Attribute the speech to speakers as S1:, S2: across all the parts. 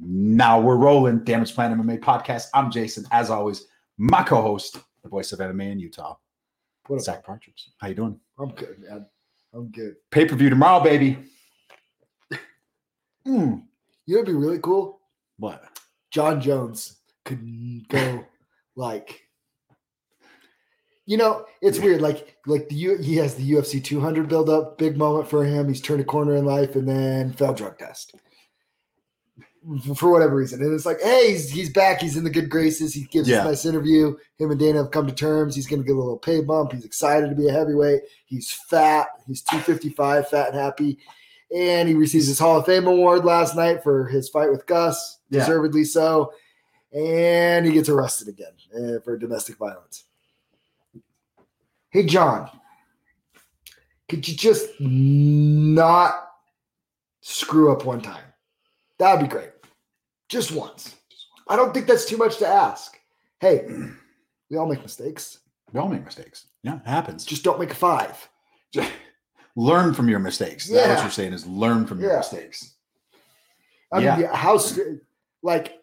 S1: Now we're rolling. Damage Plan MMA podcast. I'm Jason. As always, my co-host, the voice of MMA in Utah,
S2: What up?
S1: Zach Partridge. How you doing?
S2: I'm good, man. I'm good.
S1: Pay per view tomorrow, baby. Mm,
S2: You know, it'd be really cool.
S1: What?
S2: John Jones could n- go like, you know, it's weird. Like, like the U, he has the UFC 200 build up, big moment for him. He's turned a corner in life, and then failed drug test F- for whatever reason. And it's like, hey, he's, he's back. He's in the good graces. He gives
S1: Yeah.
S2: this nice interview. Him and Dana have come to terms. He's going to get a little pay bump. He's excited to be a heavyweight. He's fat. He's 255, fat and happy and he receives his Hall of Fame award last night for his fight with Gus,
S1: Yeah.
S2: deservedly so. And he gets arrested again eh, for domestic violence. Hey, John, could you just not screw up one time? That'd be great. Just once. I don't think that's too much to ask. Hey, we all make mistakes.
S1: We all make mistakes. Yeah, it happens. Just
S2: Just don't make a five.
S1: learn from your mistakes. That's what
S2: Yeah.
S1: you're saying is learn from your
S2: Yeah.
S1: mistakes.
S2: I
S1: Yeah.
S2: mean, yeah, how, st- like,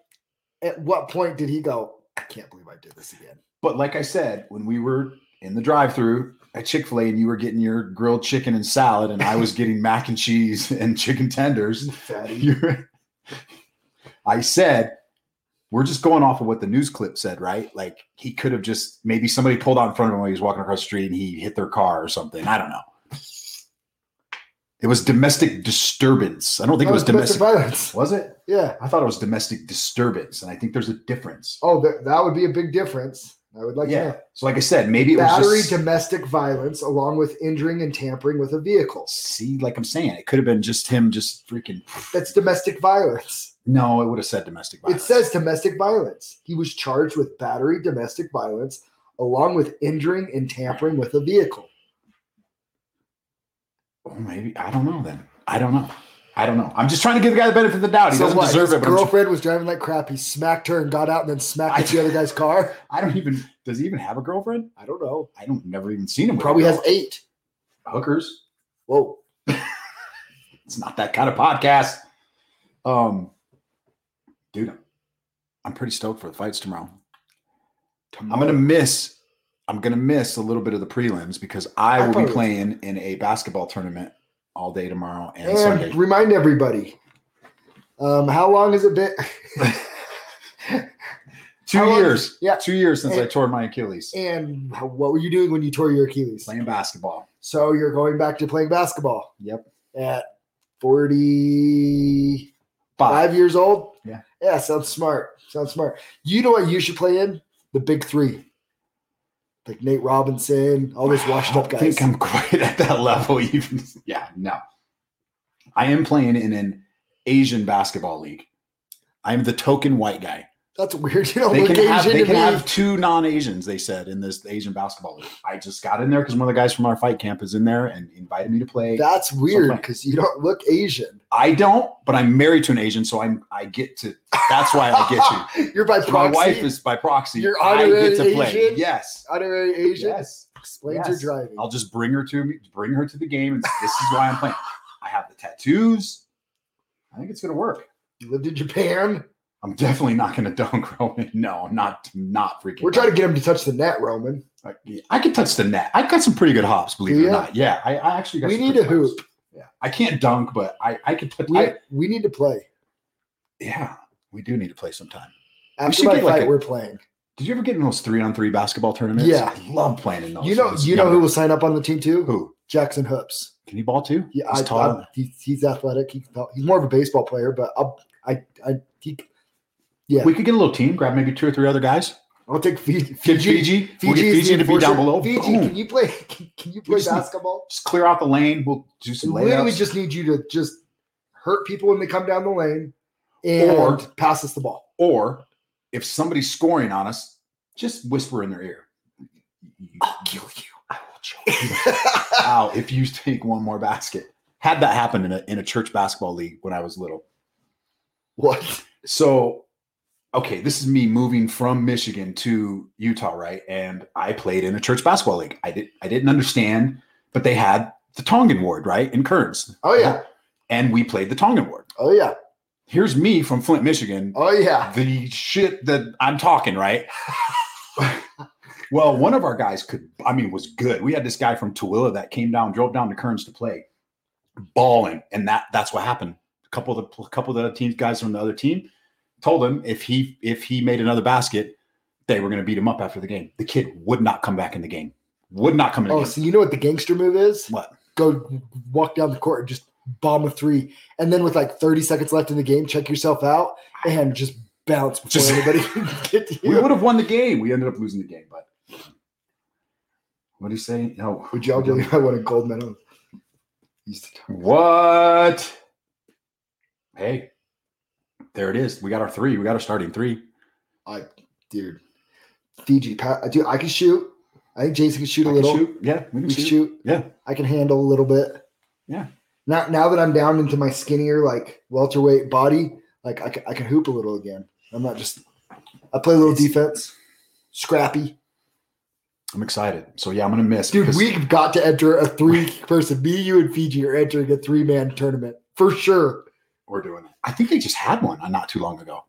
S2: at what point did he go, I can't believe I did this again?
S1: But like I said, when we were in the drive-through at Chick-fil-A and you were getting your grilled chicken and salad and I was getting mac and cheese and chicken tenders,
S2: You fatty.
S1: you I said, we're just going off of what the news clip said, right? Like he could have just maybe somebody pulled out in front of him while he was walking across the street and he hit their car or something. I don't know. It was domestic disturbance. I don't think it
S2: That
S1: was domestic.
S2: violence.
S1: Was it?
S2: Yeah.
S1: I thought it was domestic disturbance, and I think there's a difference.
S2: Oh, that, that would be a big difference. I would like
S1: yeah.
S2: to
S1: So, like I said, maybe it
S2: know. Battery
S1: was just,
S2: domestic violence, along with injuring and tampering with a vehicle.
S1: see, like I'm saying, it could have been just him, just freaking.
S2: That's domestic violence.
S1: No, it would have said domestic violence.
S2: It says domestic violence. He was charged with battery domestic violence, along with injuring and tampering with a vehicle.
S1: Oh, maybe I don't know. Then I don't know. I don't know. I'm just trying to give the guy the benefit of the doubt. He doesn't
S2: what?
S1: deserve
S2: His
S1: it. But I'm tr-
S2: girlfriend was driving like crap. He smacked her and got out, and then smacked
S1: I-
S2: into the other guy's car.
S1: I don't even. Does he even have a girlfriend?
S2: I don't know.
S1: I don't. Never even seen him. with a
S2: Probably has
S1: girl.
S2: eight.
S1: hookers.
S2: Whoa.
S1: It's not that kind of podcast. Um, dude, I'm- I'm pretty stoked for the fights tomorrow. I'm gonna miss. I'm gonna miss a little bit of the prelims because I,
S2: I
S1: will be
S2: probably-
S1: playing in a basketball tournament all day tomorrow and,
S2: And
S1: Sunday.
S2: remind everybody, um, how long has it been?
S1: Two
S2: How long-
S1: years.
S2: yeah.
S1: Two years since I
S2: And-
S1: tore my Achilles.
S2: And how, what were you doing when you tore your Achilles?
S1: Playing basketball.
S2: So you're going back to playing basketball.
S1: Yep.
S2: At 45
S1: Five.
S2: years old?
S1: Yeah.
S2: Yeah, sounds smart. Sounds smart. You know what you should play in? The big three. Like Nate Robinson, all those washed up
S1: I don't
S2: guys.
S1: think I'm quite at that level. Even yeah, no. I am playing in an Asian basketball league. I am the token white guy.
S2: That's weird. You don't
S1: They
S2: look
S1: can
S2: Oh, Asian
S1: have they
S2: to
S1: can
S2: me.
S1: have two non-Asians. They said in this Asian basketball league. I just got in there because one of the guys from our fight camp is in there and invited me to play.
S2: That's weird
S1: playing.
S2: because you don't look Asian.
S1: I don't, but I'm married to an Asian, so I'm I get to. That's why I get to.
S2: You're by
S1: So
S2: proxy.
S1: my wife is by proxy.
S2: You're
S1: I get to
S2: honorary
S1: play.
S2: Asian?
S1: Yes.
S2: honorary Asian.
S1: Yes.
S2: Explains
S1: Yes.
S2: your driving.
S1: I'll just bring her to me, bring her to the game, and this is why I'm playing. I have the tattoos. I think it's gonna work.
S2: you lived in Japan.
S1: I'm definitely not gonna dunk Roman. No, I'm not not freaking.
S2: We're trying to get him to touch the net, Roman.
S1: I, I can touch the net. I've got some pretty good hops, believe it
S2: Yeah.
S1: or not. Yeah, I, I actually got.
S2: We
S1: some
S2: need
S1: pretty
S2: a
S1: good hops.
S2: hoop.
S1: Yeah, I can't dunk, but I I could. Put,
S2: We,
S1: I,
S2: we need to play.
S1: yeah, we do need to play sometime.
S2: After
S1: should
S2: my
S1: get,
S2: fight,
S1: like, a-
S2: we're playing.
S1: Did you ever get in those three on three basketball tournaments?
S2: Yeah.
S1: I love playing in those.
S2: You know,
S1: when I was
S2: you know who
S1: younger.
S2: will sign up on the team too?
S1: Oh, who
S2: Jackson Hoops.
S1: can he ball too?
S2: Yeah,
S1: he's
S2: I,
S1: tall.
S2: I, he, he's athletic. He, can- he's more of a baseball player, but I'll, I, I, he, yeah,
S1: We could get a little team, grab maybe two or three other guys.
S2: I'll take Fiji.
S1: Get Fiji. We'll get
S2: is the
S1: Fiji to be down
S2: enforcer.
S1: below.
S2: Fiji,
S1: Boom.
S2: can you play? Can, can you play
S1: just need
S2: basketball?
S1: just clear out the lane. We'll do
S2: We
S1: some
S2: literally
S1: layups.
S2: just need you to just hurt people when they come down the lane and
S1: Or-
S2: pass us the ball.
S1: or if somebody's scoring on us, just whisper in their ear.
S2: I'll kill you.
S1: I will choke you out if you take one more basket. Had that happen in a, in a church basketball league when I was little.
S2: what?
S1: So, okay, this is me moving from Michigan to Utah, right? And I played in a church basketball league. I did I didn't understand, but they had the Tongan Ward, right? In Kearns.
S2: Oh yeah.
S1: And we played the Tongan Ward.
S2: Oh yeah.
S1: Here's me from Flint, Michigan.
S2: Oh yeah.
S1: The shit that I'm talking, right? well, one of our guys could, I mean, was good. We had this guy from Tooele that came down, drove down to Kearns to play, balling, and that that's what happened. A couple of the a couple of the teams guys from the other team told him if he if he made another basket, they were going to beat him up after the game. The kid would not come back in the game. Would not come in. The
S2: Oh,
S1: game.
S2: so you know what the gangster move is?
S1: What?
S2: Go walk down the court and just bomb a three, and then with like 30 seconds left in the game, check yourself out and just bounce before
S1: Just-
S2: anybody can get to
S1: We
S2: you.
S1: would have won the game. We ended up losing the game, but what do you say? Oh, No.
S2: Would y'all believe I won a gold medal? Used to talk.
S1: What? Hey, there it is. We got our three. We got our starting three.
S2: I, dude, Fiji, Pat, dude, I can shoot. I think Jason can shoot
S1: I
S2: a
S1: can
S2: little.
S1: shoot. Yeah, we can
S2: We can
S1: shoot.
S2: shoot.
S1: Yeah.
S2: I can handle a little bit.
S1: Yeah.
S2: Now, now that I'm down into my skinnier, like welterweight body, like I can, I can hoop a little again. I'm not just. I play a little defense, scrappy,
S1: I'm excited. So yeah, I'm gonna miss.
S2: dude.
S1: because-
S2: We've got to enter a three-person. Me, you, and Fiji are entering a three-man tournament for sure.
S1: we're doing it. I think they just had one uh, not too long ago.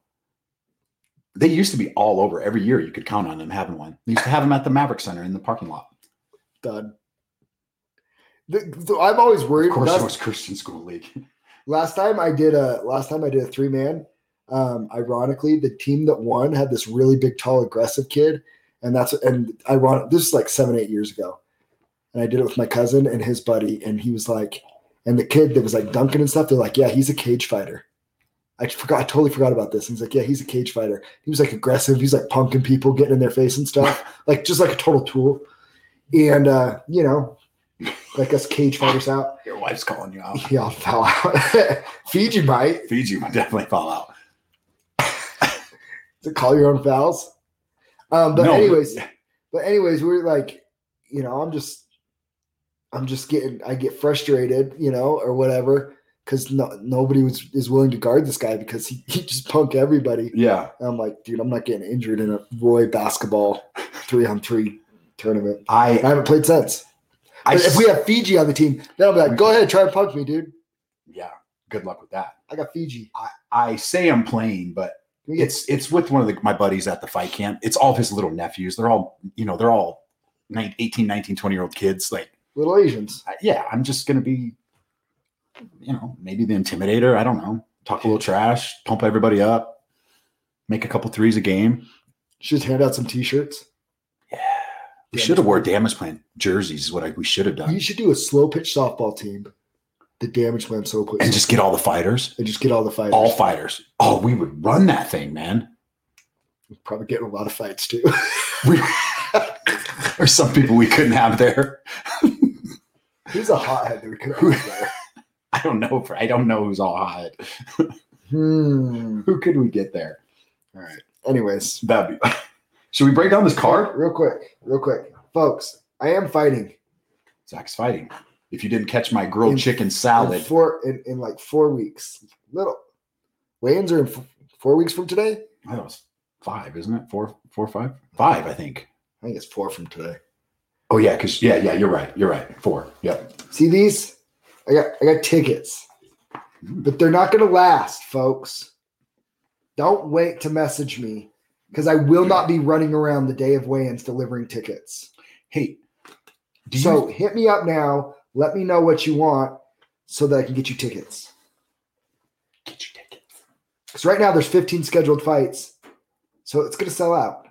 S1: They used to be all over every year. You could count on them having one. They used to have them at the Maverick Center in the parking lot.
S2: Done. The- so I'm always worried.
S1: Of course,
S2: that's-
S1: it was Christian School League.
S2: last time I did a last time I did a three man. Um, ironically, the team that won had this really big, tall, aggressive kid, and that's and ironic. This is like seven, eight years ago, and I did it with my cousin and his buddy, and he was like, and the kid that was like dunking and stuff. They're like, yeah, he's a cage fighter. I forgot. I totally forgot about this. And he's like, yeah, he's a cage fighter. He was like aggressive. He's like punking people, getting in their face and stuff. like just like a total tool. And uh, you know, like us cage fighters out.
S1: Your wife's calling you out.
S2: Yeah, I'll foul out. Fiji might
S1: Fiji might definitely fall out.
S2: to call your own fouls. Um, but
S1: No.
S2: anyways, but anyways, we're like, you know, I'm just, I'm just getting, I get frustrated, you know, or whatever, because no, nobody was is willing to guard this guy because he, he just punk everybody.
S1: Yeah,
S2: And I'm like, dude, I'm not getting injured in a Roy basketball three on three tournament.
S1: I.
S2: I haven't played since.
S1: I Oh
S2: But if we have Fiji on the team, then I'll be like, go ahead, try and punk me, dude.
S1: yeah, good luck with that.
S2: I got Fiji.
S1: I say I'm playing, but
S2: Can we get
S1: it's it's with one of the, my buddies at the fight camp. It's all his little nephews. They're all you know. They're all nine- 18, 19, 20 year old kids. Like
S2: little Asians?
S1: I- yeah, I'm just gonna be, you know, maybe the intimidator. I don't know. Talk a little trash, pump everybody up, make a couple threes a game.
S2: Should hand out some T-shirts.
S1: We
S2: Yeah,
S1: should have wore damage plan jerseys. Is what I, we should have
S2: You
S1: done,
S2: should do a slow pitch softball team. The damage plan so quick,
S1: and just get all the fighters,
S2: and just get all the fighters.
S1: all fighters. Oh, we would run that thing, man.
S2: Probably getting a lot of fights too.
S1: We, there's some people we couldn't have there.
S2: Who's a hothead that we could have there?
S1: I don't know. if- I don't know who's all hot.
S2: Hmm.
S1: Who could we get there?
S2: All right. Anyways,
S1: That'd be. Should we break down this card?
S2: real quick, real quick, folks. I am fighting
S1: Zach's fighting. If you didn't catch my grilled
S2: In-
S1: chicken
S2: in
S1: salad,
S2: four in, in like four weeks. Little weigh-ins are in f- four weeks from today.
S1: I thought it was five, isn't it? Four, four, five, five. I think.
S2: I think it's four from today.
S1: Oh yeah, because yeah, yeah, you're right. You're right. Four. Yep.
S2: See these? I got I got tickets.
S1: Hmm.
S2: But they're not gonna last, folks. Don't wait to message me because I will not be running around the day of weigh-ins delivering tickets.
S1: Hey, do you?
S2: so hit me up now. Let me know what you want so that I can get you tickets.
S1: get your tickets.
S2: Because right now there's 15 scheduled fights. So it's gonna sell out.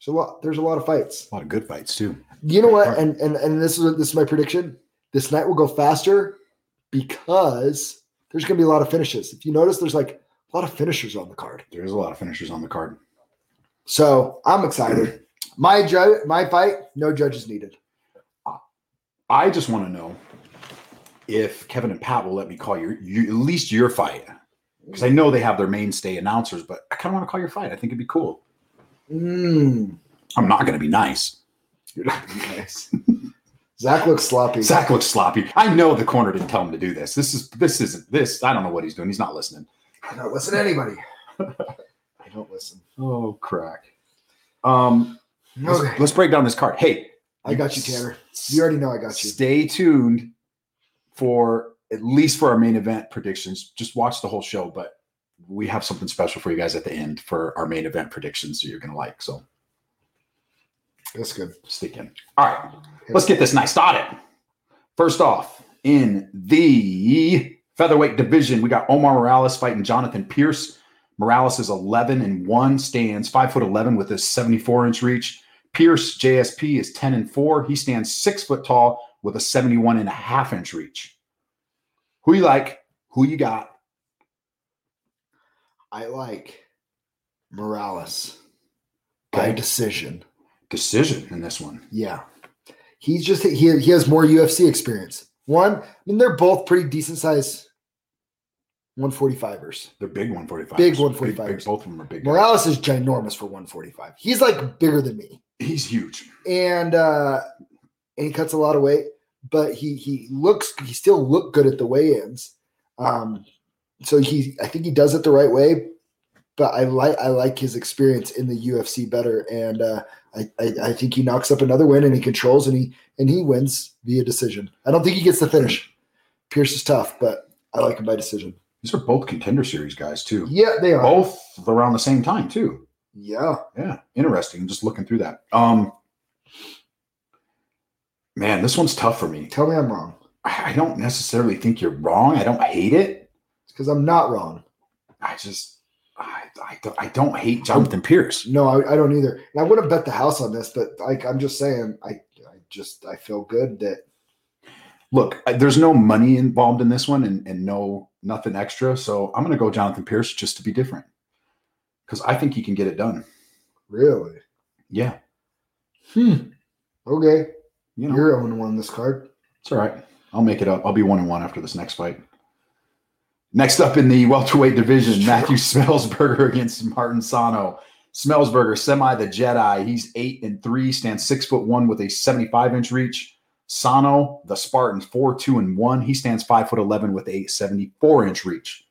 S2: So lot there's a lot of fights.
S1: A lot of good fights too.
S2: You know what?
S1: Right.
S2: And and and this is this is my prediction. This night will go faster because there's going to be a lot of finishes. If you notice, there's like a lot of finishers on the card.
S1: There's a lot of finishers on the card.
S2: So I'm excited. My judge, my fight, no judges needed.
S1: I just want to know if Kevin and Pat will let me call your, you at least your fight because I know they have their mainstay announcers, but I kind of want to call your fight. I think it'd be cool.
S2: Mm.
S1: I'm not going to be nice.
S2: You're not being nice. Zach looks sloppy.
S1: Zach looks sloppy. I know the corner didn't tell him to do this. This is this isn't this. I don't know what he's doing. He's not listening.
S2: I don't listen to anybody. I don't listen.
S1: Oh crack. Um, let's,
S2: Okay.
S1: let's break down this card. Hey,
S2: I got you, Tanner. You already know I got you.
S1: Stay tuned for at least for our main event predictions. Just watch the whole show, but we have something special for you guys at the end for our main event predictions that you're going to like. So
S2: That's good.
S1: stick in. All right, let's get this night started. First off, in the featherweight division, we got Omar Morales fighting Jonathan Pierce. Morales is 11 and 1, stands 5 foot 11 with his 74 inch reach. Pierce JSP is 10 and 4. He stands 6 foot tall with a 71 and a half inch reach. Who you like? Who you got?
S2: I like Morales by
S1: Okay.
S2: decision.
S1: Decision in this one.
S2: Yeah. He's just he, he has more UFC experience. One, I mean, they're both pretty decent size 145ers.
S1: They're big 145.
S2: Big
S1: Big,
S2: 145.
S1: big, both of them are big.
S2: Morales is ginormous for 145. He's like bigger than me.
S1: He's huge.
S2: And uh and he cuts a lot of weight, but he he looks he still looked good at the weigh-ins. Um so he I think he does it the right way, but I like I like his experience in the UFC better. And uh I, I, I think he knocks up another win and he controls and he and he wins via decision. I don't think he gets the finish. Pierce is tough, but I like him by decision.
S1: These are both contender series guys, too.
S2: Yeah, they are.
S1: Both around the same time, too.
S2: Yeah.
S1: Yeah, interesting. Just looking through that. Um, man, this one's tough for me.
S2: Tell me I'm wrong.
S1: I I don't necessarily think you're wrong. I don't hate it.
S2: Because I'm not wrong.
S1: I just, I, I, don't, I don't hate Jonathan Pierce.
S2: No, I, I don't either. And I would have bet the house on this, but like I'm just saying, I I just I feel good that
S1: Look, I, there's no money involved in this one, and and no nothing extra. So I'm gonna go Jonathan Pierce just to be different, because I think he can get it done.
S2: really.
S1: Yeah,
S2: Okay,
S1: you know,
S2: you're own one this card.
S1: It's all right. I'll make it up. I'll be one and one after this next fight. Next up in the welterweight division, Matthew Smellsberger against Martin Sano. Smellsberger, semi the Jedi. He's eight and three, stands six foot one with a 75 inch reach. Sano, the Spartan, four, two, and one. He stands five foot 11 with a 74 inch reach.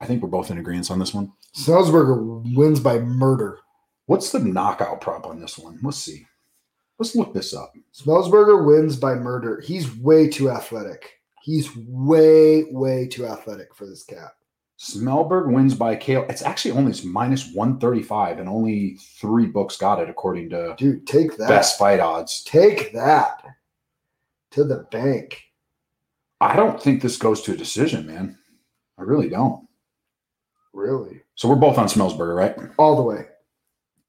S1: I think we're both in agreement on this one.
S2: Salzberger wins by murder.
S1: What's the knockout prop on this one? Let's see. Let's look this up.
S2: Smellsberger wins by murder. He's way too athletic. He's way, way too athletic for this cat.
S1: Smellberg wins by KO. It's actually only it's minus 135, and only three books got it, according to
S2: Dude, take that.
S1: best fight odds.
S2: Take that to the bank.
S1: I don't think this goes to a decision, man. I really don't.
S2: Really.
S1: So we're both on Smellsberger, right?
S2: All the way.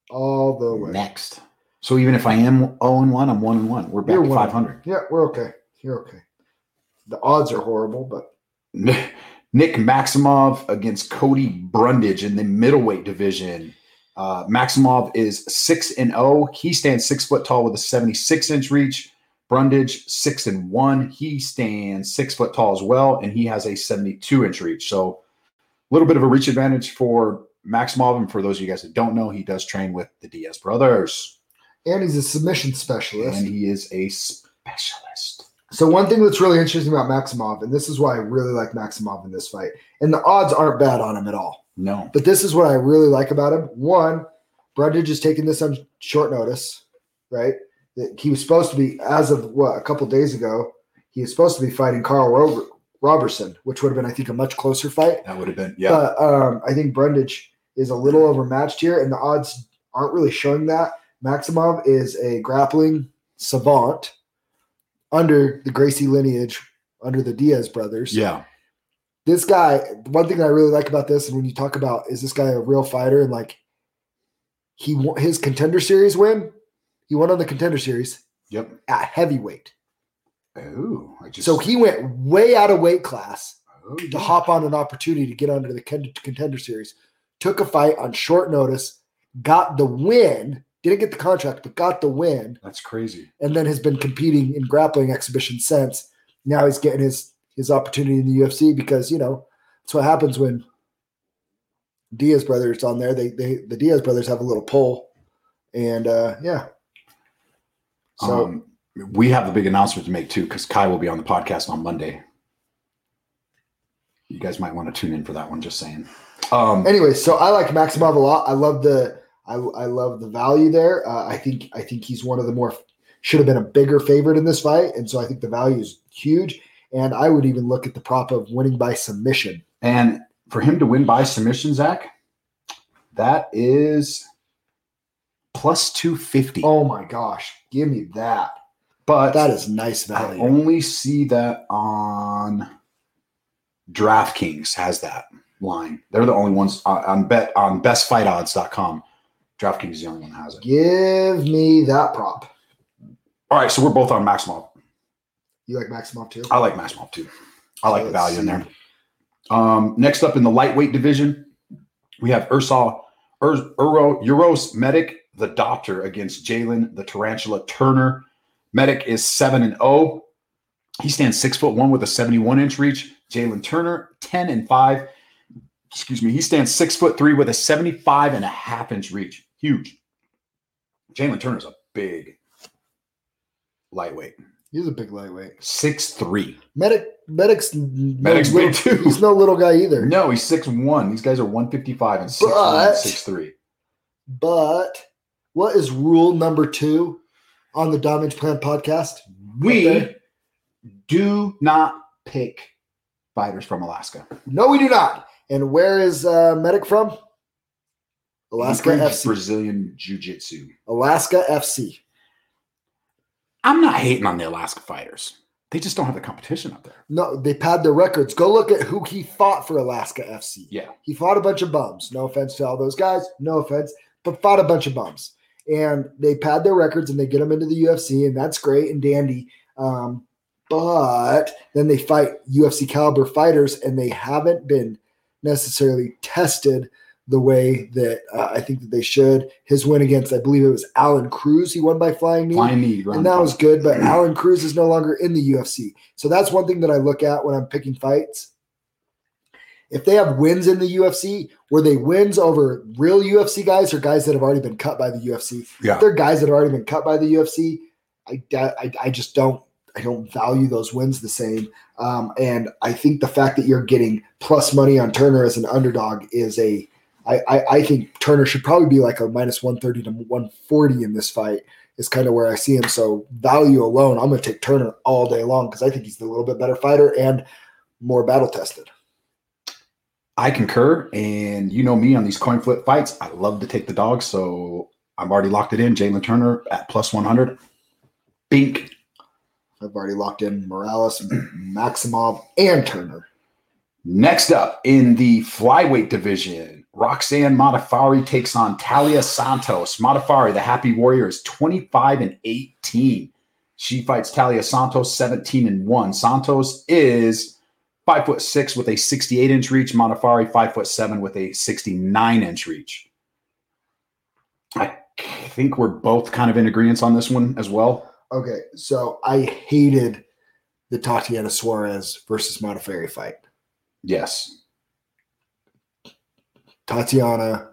S2: All the way.
S1: Next. So even if I am 0 and 1, I'm 1 and 1. We're back
S2: You're
S1: to
S2: one.
S1: 500.
S2: Yeah, we're okay. You're okay. The odds are horrible, but
S1: Nick Nick Maximov against Cody Brundage in the middleweight division. Uh, Maximov is six and zero. He stands six foot tall with a seventy six inch reach. Brundage six and one. He stands six foot tall as well, and he has a seventy two inch reach. So a little bit of a reach advantage for Maximov. And for those of you guys that don't know, he does train with the Diaz brothers,
S2: and he's a submission specialist.
S1: and he is a specialist.
S2: So one thing that's really interesting about Maximov, and this is why I really like Maximov in this fight, and the odds aren't bad on him at all.
S1: No,
S2: But this is what I really like about him. One, Brundage is taking this on short notice, right? That he was supposed to be, as of what, a couple days ago, he was supposed to be fighting Carl Ro- Robertson, which would have been, I think, a much closer fight.
S1: that would have been yeah.
S2: But um, I think Brundage is a little overmatched here, and the odds aren't really showing that. Maximov is a grappling savant under the Gracie lineage, under the Diaz brothers.
S1: yeah,
S2: This guy, one thing I really like about this, and when you talk about is this guy a real fighter, and like he won his contender series win, he won on the contender series
S1: yep.
S2: at heavyweight.
S1: Oh, I just
S2: So he went way out of weight class
S1: Oh,
S2: to hop on an opportunity to get onto the con- contender series, took a fight on short notice, got the win, didn't get the contract, but got the win,
S1: That's crazy.
S2: and then has been competing in grappling exhibitions since. Now he's getting his his opportunity in the UFC because you know that's what happens when Diaz brothers on there. They they the Diaz brothers have a little pull, and uh yeah. So
S1: um, we have the big announcement to make too, because Kai will be on the podcast on Monday. You guys might want to tune in for that one. Just saying. Um,
S2: anyway, so I like Maximov a lot. I love the I, I love the value there. Uh, I think I think he's one of the more should have been a bigger favorite in this fight, and so I think the value is huge. And I would even look at the prop of winning by submission.
S1: and for him to win by submission, Zach, that is plus 250.
S2: Oh my gosh, give me that.
S1: but
S2: That is nice
S1: I
S2: value.
S1: only see that on DraftKings has that line. They're the only ones on, on bet on bestfightodds.com. DraftKings is the only one that has it.
S2: Give me that prop.
S1: All right, so we're both on Maximov.
S2: You like Maximov too?
S1: I like Maximov too. I like the
S2: Let's
S1: value in there.
S2: see.
S1: Um, next up in the lightweight division, we have Ursaw Ur, Uro, Euros Medic, the Doctor, against Jalen the Tarantula Turner. Medic is seven and zero. He stands six foot one with a seventy-one inch reach. Jalen Turner ten and five. Excuse me. He stands six foot three with a 75 and a half inch reach. Huge. Jalen Turner's a big lightweight.
S2: He's a big lightweight.
S1: Six three.
S2: Medic, medic's
S1: Medic's
S2: medic's
S1: big too.
S2: He's no little guy either.
S1: No, he's six one. These guys are one fifty five and six
S2: But-
S1: six three.
S2: But what is rule number two on the Damage Plan podcast?
S1: We
S2: Okay.
S1: do not pick fighters from Alaska.
S2: No, we do not. And where is uh, Medic from? Alaska
S1: Including
S2: FC.
S1: Brazilian Jiu Jitsu.
S2: Alaska FC.
S1: I'm not hating on the Alaska fighters. They just don't have the competition up there.
S2: No, they pad their records. Go look at who he fought for Alaska FC.
S1: Yeah.
S2: He fought a bunch of bums. No offense to all those guys. No offense, but fought a bunch of bums. And they pad their records and they get them into the UFC, and that's great and dandy. Um, but then they fight UFC caliber fighters, and they haven't been necessarily tested the way that uh, I think that they should. His win against, I believe it was Alan Cruz, he won by flying knee
S1: Flying knee, ground
S2: and that
S1: pound.
S2: was good. But Alan Cruz is no longer in the UFC, so that's one thing that I look at when I'm picking fights. If they have wins in the UFC, were they wins over real UFC guys or guys that have already been cut by the UFC?
S1: yeah.
S2: If they're guys that have already been cut by the UFC, I, doubt- I, I just don't I don't value those wins the same. Um, and I think the fact that you're getting plus money on Turner as an underdog is a I, I, I think Turner should probably be like a minus 130 to 140 in this fight is kind of where I see him. So value alone, I'm going to take Turner all day long because I think he's a little bit better fighter and more battle tested.
S1: I concur. And you know me on these coin flip fights. I love to take the dog. So I've already locked it in. Jalen Turner at plus 100. Bink.
S2: I've already locked in Morales, Maximov, and Turner.
S1: Next up in the flyweight division, Roxanne Modafari takes on Talia Santos. Modafari, the happy warrior, is 25 and 18. She fights Talia Santos 17 and 1. Santos is 5 foot 6 with a 68 inch reach, Modafari 5 foot 7 with a 69 inch reach. I think we're both kind of in agreement on this one as well.
S2: Okay, so I hated the Tatiana Suarez versus Modafferi fight.
S1: Yes.
S2: Tatiana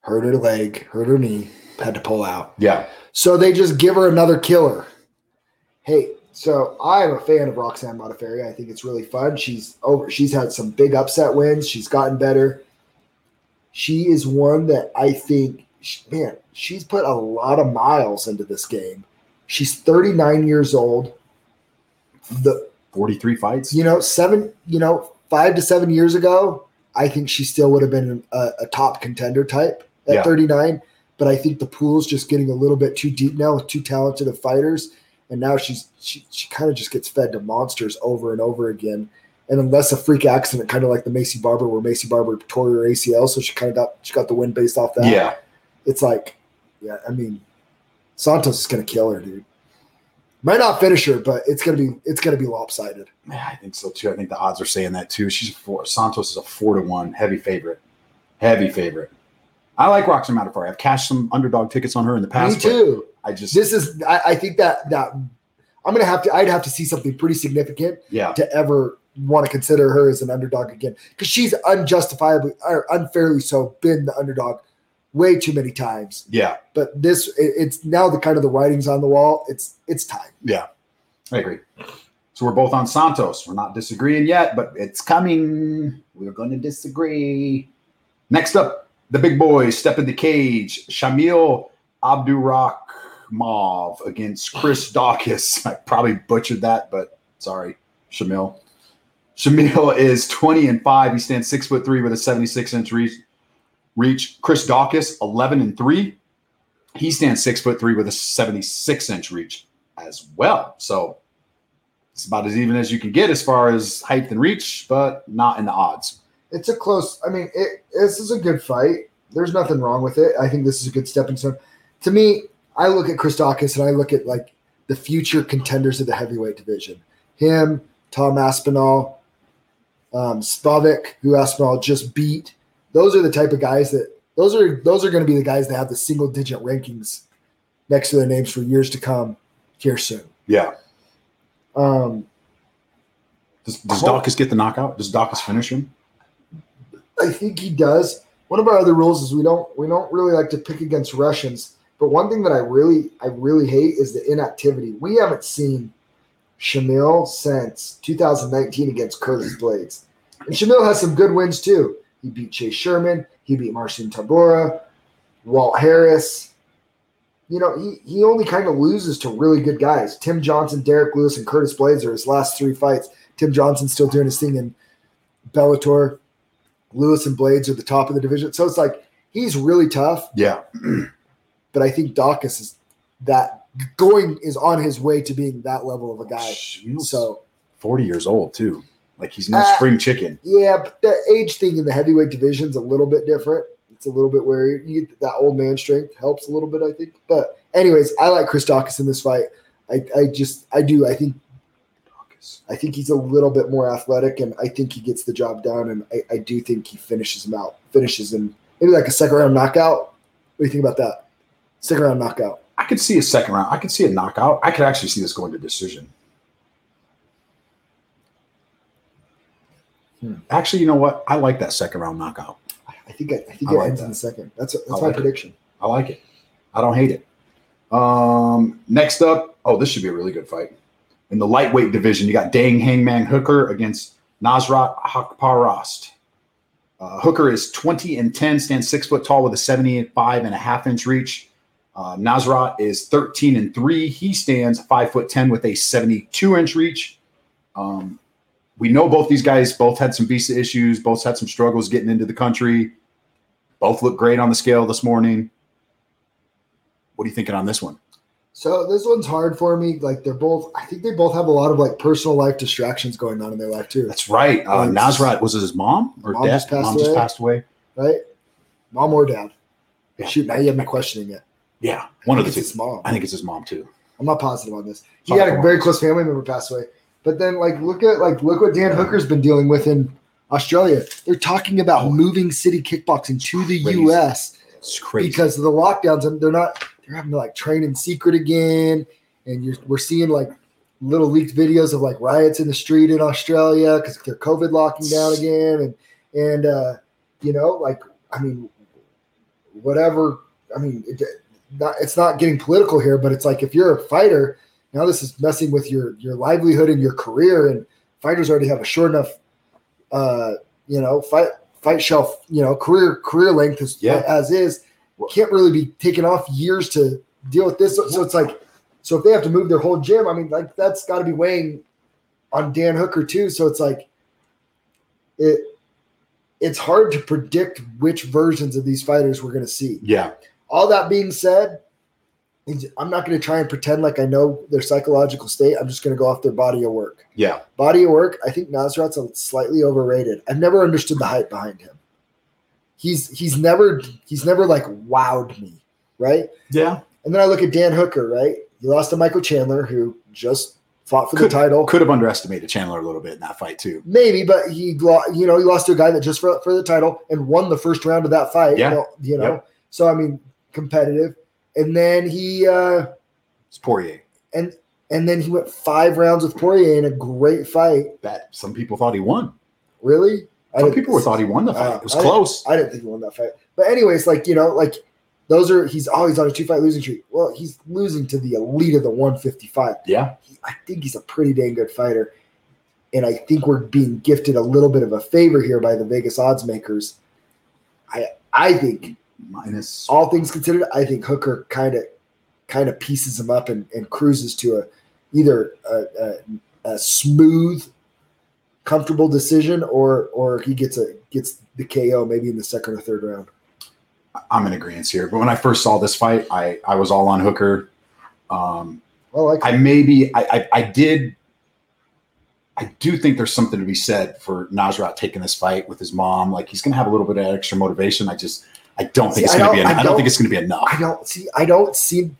S2: hurt her leg, hurt her knee, had to pull out.
S1: Yeah.
S2: So they just give her another killer. Hey, so I'm a fan of Roxanne Modafferi. I think it's really fun. She's over. She's had some big upset wins. She's gotten better. She is one that I think, sh- man, she's put a lot of miles into this game. She's 39 years old. The
S1: 43 fights.
S2: you know, seven, you know, five to seven years ago, I think she still would have been a, a top contender type at
S1: Yeah.
S2: 39. But I think the pool's just getting a little bit too deep now with too talented of fighters. And now she's she, she kind of just gets fed to monsters over and over again. And unless a freak accident, kind of like the Macy Barber, where Macy Barber tore her ACL, so she kind of got she got the win based off that.
S1: Yeah.
S2: It's like, yeah, I mean, Santos is gonna kill her, dude. Might not finish her, but it's gonna be it's gonna be lopsided.
S1: Yeah, I think so too. I think the odds are saying that too. She's a four. Santos is a four to one heavy favorite. Heavy favorite. I like Roxanne Matafari. I've cashed some underdog tickets on her in the past.
S2: Me
S1: but
S2: too.
S1: I just
S2: this is I, I think that that I'm gonna have to I'd have to see something pretty significant
S1: yeah
S2: to ever want to consider her as an underdog again because she's unjustifiably or unfairly so been the underdog way too many times.
S1: yeah
S2: But this it, it's now the kind of the writing's on the wall. It's it's time.
S1: I agree. So we're both on Santos. We're not disagreeing yet, but it's coming. We're going to disagree. Next up, the big boys step in the cage. Shamil Abdurakhmov against Chris Dawkins. I probably butchered that, but sorry, Shamil. Shamil is 20 and 5. He stands six foot three with a 76 inch reach. reach. Chris Dawkins, 11 and 3. He stands six foot three with a 76 inch reach as well. So it's about as even as you can get as far as height and reach, but not in the odds.
S2: It's a close. I mean, it, this is a good fight. There's nothing wrong with it. I think this is a good stepping stone. To me, I look at Christakis and I look at like the future contenders of the heavyweight division. Him, Tom Aspinall, um, Spavik, who Aspinall just beat. Those are the type of guys that those are those are going to be the guys that have the single digit rankings next to their names for years to come here soon.
S1: Yeah.
S2: Um,
S1: Does, does Dawkins get the knockout? Does Dawkins finish him?
S2: I think he does. One of our other rules is we don't we don't really like to pick against Russians. But one thing that I really I really hate is the inactivity. We haven't seen Shamil since 2019 against Curtis Blades, and Shamil has some good wins too. He beat Chase Sherman. He beat Marcin Tabora, Walt Harris. You know, he, he only kind of loses to really good guys. Tim Johnson, Derek Lewis, and Curtis Blades are his last three fights. Tim Johnson's still doing his thing in Bellator. Lewis and Blades are the top of the division. So it's like he's really tough,
S1: Yeah.
S2: but I think Dawkins is that going is on his way to being that level of a guy.
S1: Shamil's
S2: So
S1: 40 years old, too. Like he's no
S2: Uh,
S1: spring chicken.
S2: yeah, but the age thing in the heavyweight division's a little bit different. It's a little bit where you get that old man strength helps a little bit, I think. But anyways, I like Chris Dawkins in this fight. I, I just I do I think I think he's a little bit more athletic, and I think he gets the job done. And I, I do think he finishes him out, finishes him maybe like a second round knockout. What do you think about that? Second round knockout.
S1: I could see a second round. I could see a knockout. I could actually see this going to decision.
S2: Hmm.
S1: Actually, you know what? I like that second round knockout.
S2: I- I think I, I think
S1: I
S2: it
S1: like
S2: ends in
S1: that.
S2: the second. That's that's
S1: I
S2: my
S1: like it.
S2: prediction.
S1: I like it. I don't hate it. Um, next up, oh, this should be a really good fight. In the lightweight division, you got Dang Hangman Hooker against Nasrat Hakparast. Uh, Hooker is 20 and 10, stands six foot tall with a 75 and a half inch reach. Uh, Nasrat is 13 and three. He stands five foot 10 with a 72 inch reach. Um, we know both these guys both had some visa issues, both had some struggles getting into the country. Both look great on the scale this morning. What are you thinking on this one?
S2: So this one's hard for me. Like they're both. I think they both have a lot of like personal life distractions going on in their life too.
S1: That's right. Uh,
S2: Thanks.
S1: Nasrat was it his mom or
S2: Mom
S1: dad?
S2: just passed
S1: mom just
S2: away.
S1: passed away.
S2: Right? Mom or dad?
S1: Yeah.
S2: Shoot, now you have me questioning it.
S1: Yeah, one
S2: I
S1: of
S2: think
S1: the two.
S2: it's his mom.
S1: I think it's his mom too.
S2: I'm not positive on this. He
S1: Sorry,
S2: had a
S1: mom.
S2: very close family member pass away. But then, like, look at like look what Dan Hooker's been dealing with in Australia. They're talking about
S1: Oh.
S2: moving city kickboxing to the
S1: Crazy.
S2: U.S.
S1: It's crazy.
S2: because of the lockdowns, and they're not they're having to like train in secret again. And you're we're seeing like little leaked videos of like riots in the street in Australia because they're COVID locking down again, and and uh, you know, like I mean, whatever. I mean, it, not, it's not getting political here, but it's like if you're a fighter, now this is messing with your your livelihood and your career. And fighters already have a short enough, uh, you know, fight fight shelf, you know, career career length as
S1: Yeah.
S2: as is. Can't really be taking off years to deal with this. So, so it's like, so if they have to move their whole gym, I mean, like that's got to be weighing on Dan Hooker too. So it's like, it it's hard to predict which versions of these fighters we're going to see.
S1: yeah,
S2: All that being said, is- I'm not going to try and pretend like I know their psychological state. I'm just going to go off their body of work.
S1: yeah.
S2: Body of work, I think Nasrat's a slightly overrated. I've never understood the hype behind him. He's he's never he's never like wowed me, right?
S1: Yeah.
S2: And then I look at Dan Hooker, right? He lost to Michael Chandler, who just fought for the title.
S1: Could have underestimated Chandler a little bit in that fight too.
S2: Maybe, but he lo- you know he lost to a guy that just fought for the title and won the first round of that fight.
S1: Yeah.
S2: You know, you know?
S1: Yep.
S2: so I mean competitive. And then he uh,
S1: It's Poirier.
S2: and then he went five rounds with Poirier in a great fight.
S1: That some people thought he won.
S2: Really, I
S1: Some
S2: didn't-
S1: people were thought he won the fight.
S2: Uh,
S1: It was
S2: I-
S1: close.
S2: I didn't think he won that fight. But anyways, like you know, like those are he's always on a two fight losing streak. Well, he's losing to the elite of the 155.
S1: yeah.
S2: he- I think he's a pretty dang good fighter. And I think we're being gifted a little bit of a favor here by the Vegas odds makers. I I think
S1: Minus.
S2: all things considered, I think Hooker kind of kind of pieces him up and, and cruises to a either a, a, a smooth comfortable decision, or or he gets a gets the KO maybe in the second or third round.
S1: I'm in agreement here. But when I first saw this fight, I I was all on Hooker. Um,
S2: Well, like
S1: I maybe I, I I did. I do think there's something to be said for Nasrat taking this fight with his mom. Like he's going to have a little bit of extra motivation. I just I don't
S2: See,
S1: think it's
S2: I
S1: going to be. Enough.
S2: don't- I
S1: I don't think
S2: don't-
S1: it's going to be enough.
S2: I don't see I don't see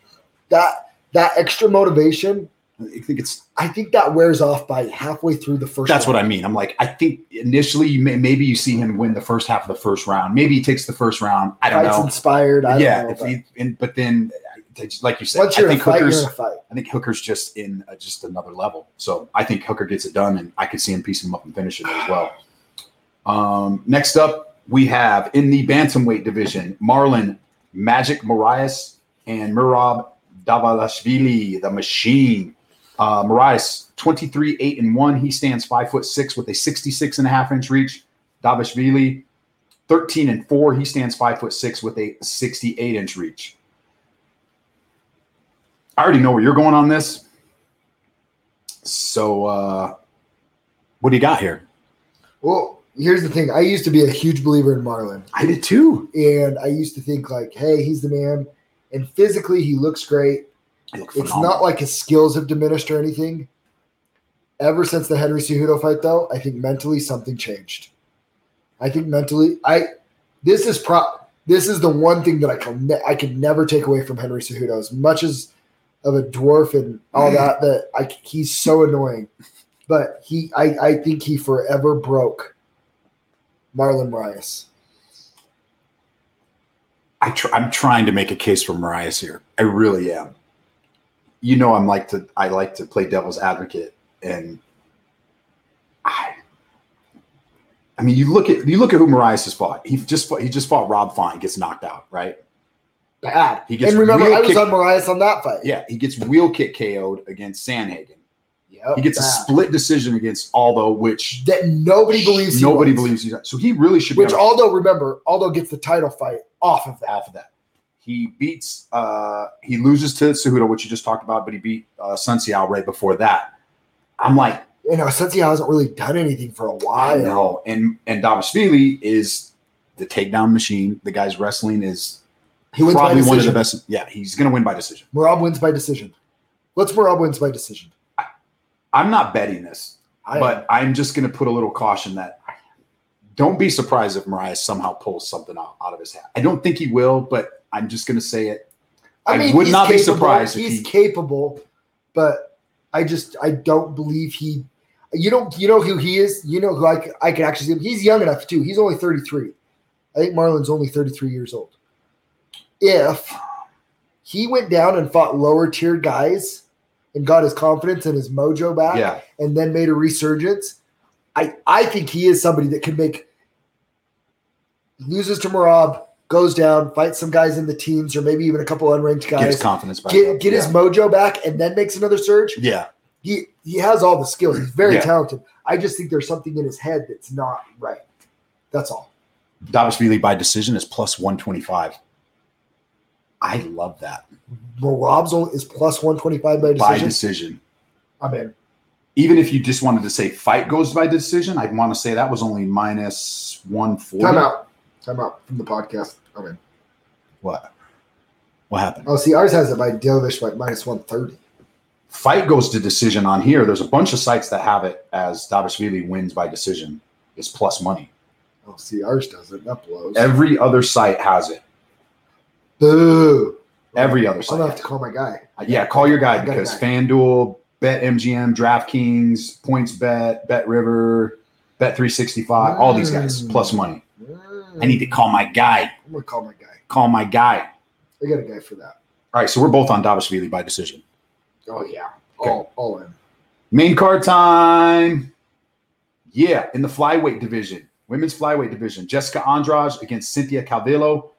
S2: that that extra motivation.
S1: I think it's
S2: I think that wears off by halfway through the first.
S1: That's what I mean. I'm like, I think initially you may, maybe you see him win the first half of the first round. Maybe he takes the first round. I don't
S2: Fight's
S1: know.
S2: inspired. I
S1: yeah,
S2: don't know.
S1: if
S2: but
S1: he, and, but then I- I just- like you said,
S2: once you're
S1: I
S2: in a
S1: think
S2: fight,
S1: Hooker's.
S2: you're in a fight.
S1: I think Hooker's just in uh just another level. So I think Hooker gets it done, and I could see him piece him up and finish it as well. Um, next up, we have in the bantamweight division Marlon Magic Marias and Murab Davalashvili, the machine. Uh, Marias 23 8 and 1. He stands 5 foot 6 with a 66 and a half inch reach. Davashvili 13 and 4. He stands 5 foot 6 with a 68 inch reach. I already know where you're going on this. So, uh, what do you got here?
S2: Well, here's the thing. I used to be a huge believer in Marlon.
S1: I did too.
S2: and I used to think like, hey, he's the man. And physically, he looks great.
S1: They look
S2: It's
S1: phenomenal.
S2: not like his skills have diminished or anything. Ever since the Henry Cejudo fight, though, I think mentally something changed. I think mentally, I this is pro this is the one thing that I can ne- I can never take away from Henry Cejudo as much as of a dwarf and
S1: Mm.
S2: all that that I c- he's so annoying, but he I I think he forever broke Marlon Marias.
S1: I tr- I'm trying to make a case for Marias here. I really am. You know, I'm like to I like to play devil's advocate, and I, I mean, you look at you look at who Marias has fought. He just fought, he just fought Rob Font, gets knocked out, right?
S2: bad.
S1: He gets
S2: and remember,
S1: real
S2: I was
S1: kick-
S2: on Marias on that fight.
S1: Yeah, he gets wheel kick KO'd against Sanhagen.
S2: Yep,
S1: He gets a
S2: bad.
S1: split decision against Aldo, which
S2: that nobody believes. he
S1: nobody
S2: wins.
S1: believes he's so he really should be
S2: Which
S1: on a-
S2: Aldo, remember, Aldo gets the title fight off of that.
S1: off of that. He beats, uh, he loses to Cejudo, which you just talked about, but he beat uh, Sun Xiao right before that. I'm like,
S2: You know, since he hasn't really done anything for a
S1: I
S2: while.
S1: know. And and Davosvili is the takedown machine. The guy's wrestling is
S2: He wins by
S1: probably one of the
S2: decision.
S1: best. Yeah, he's going to win by decision.
S2: Marab wins by decision. What's Marab wins by decision?
S1: I'm not betting this,
S2: I
S1: but I'm just going to put a little caution that don't be surprised if Mariah somehow pulls something out, out of his hat. I don't think he will, but I'm just going to say it. I would
S2: he's
S1: not be
S2: capable.
S1: surprised if
S2: He's
S1: he-
S2: capable, but I just I don't believe he. You don't. You know who he is. You know who I c- I can actually see him. He's young enough too. He's only thirty three. I think Marlon's only thirty three years old. If he went down and fought lower tier guys and got his confidence and his mojo back,
S1: Yeah.
S2: and then made a resurgence. I I think he is somebody that can make loses to Marab, goes down, fights some guys in the teens or maybe even a couple unranked
S1: Get his
S2: guys,
S1: confidence back.
S2: get
S1: up.
S2: get his mojo back, and then makes another surge.
S1: yeah. yeah.
S2: He he has all the skills. He's very
S1: Yeah.
S2: talented. I just think there's something in his head that's not right. That's all.
S1: Davosvili by decision is plus 125. I love that.
S2: Marab's only is plus one twenty five by
S1: By
S2: decision.
S1: decision.
S2: I'm in.
S1: Even if you just wanted to say fight goes by decision, I'd want to say that was only minus 140.
S2: Time out. Time out from the podcast. I'm in.
S1: What? What happened?
S2: Oh, see, ours has it by Delish by minus one thirty.
S1: Fight goes to decision on here. There's a bunch of sites that have it as Davosvili wins by decision. It's plus money.
S2: Oh, see, ours doesn't. That blows.
S1: Every other site has it.
S2: Boo.
S1: Every other
S2: I'm
S1: site.
S2: gonna have to call my guy.
S1: Yeah, call your
S2: I
S1: guy
S2: got a
S1: because
S2: guy.
S1: FanDuel, BetMGM, DraftKings, PointsBet, BetRiver, Bet365, all these guys
S2: Mm.
S1: plus money. I need to call my guy.
S2: I'm gonna call my guy.
S1: Call my guy.
S2: I got a guy for that.
S1: All right, so we're both on Davishvili by decision.
S2: Oh yeah.
S1: Okay.
S2: All, all in.
S1: Main card time. Yeah, in the flyweight division, women's flyweight division, Jessica Andrade against Cynthia Calvillo.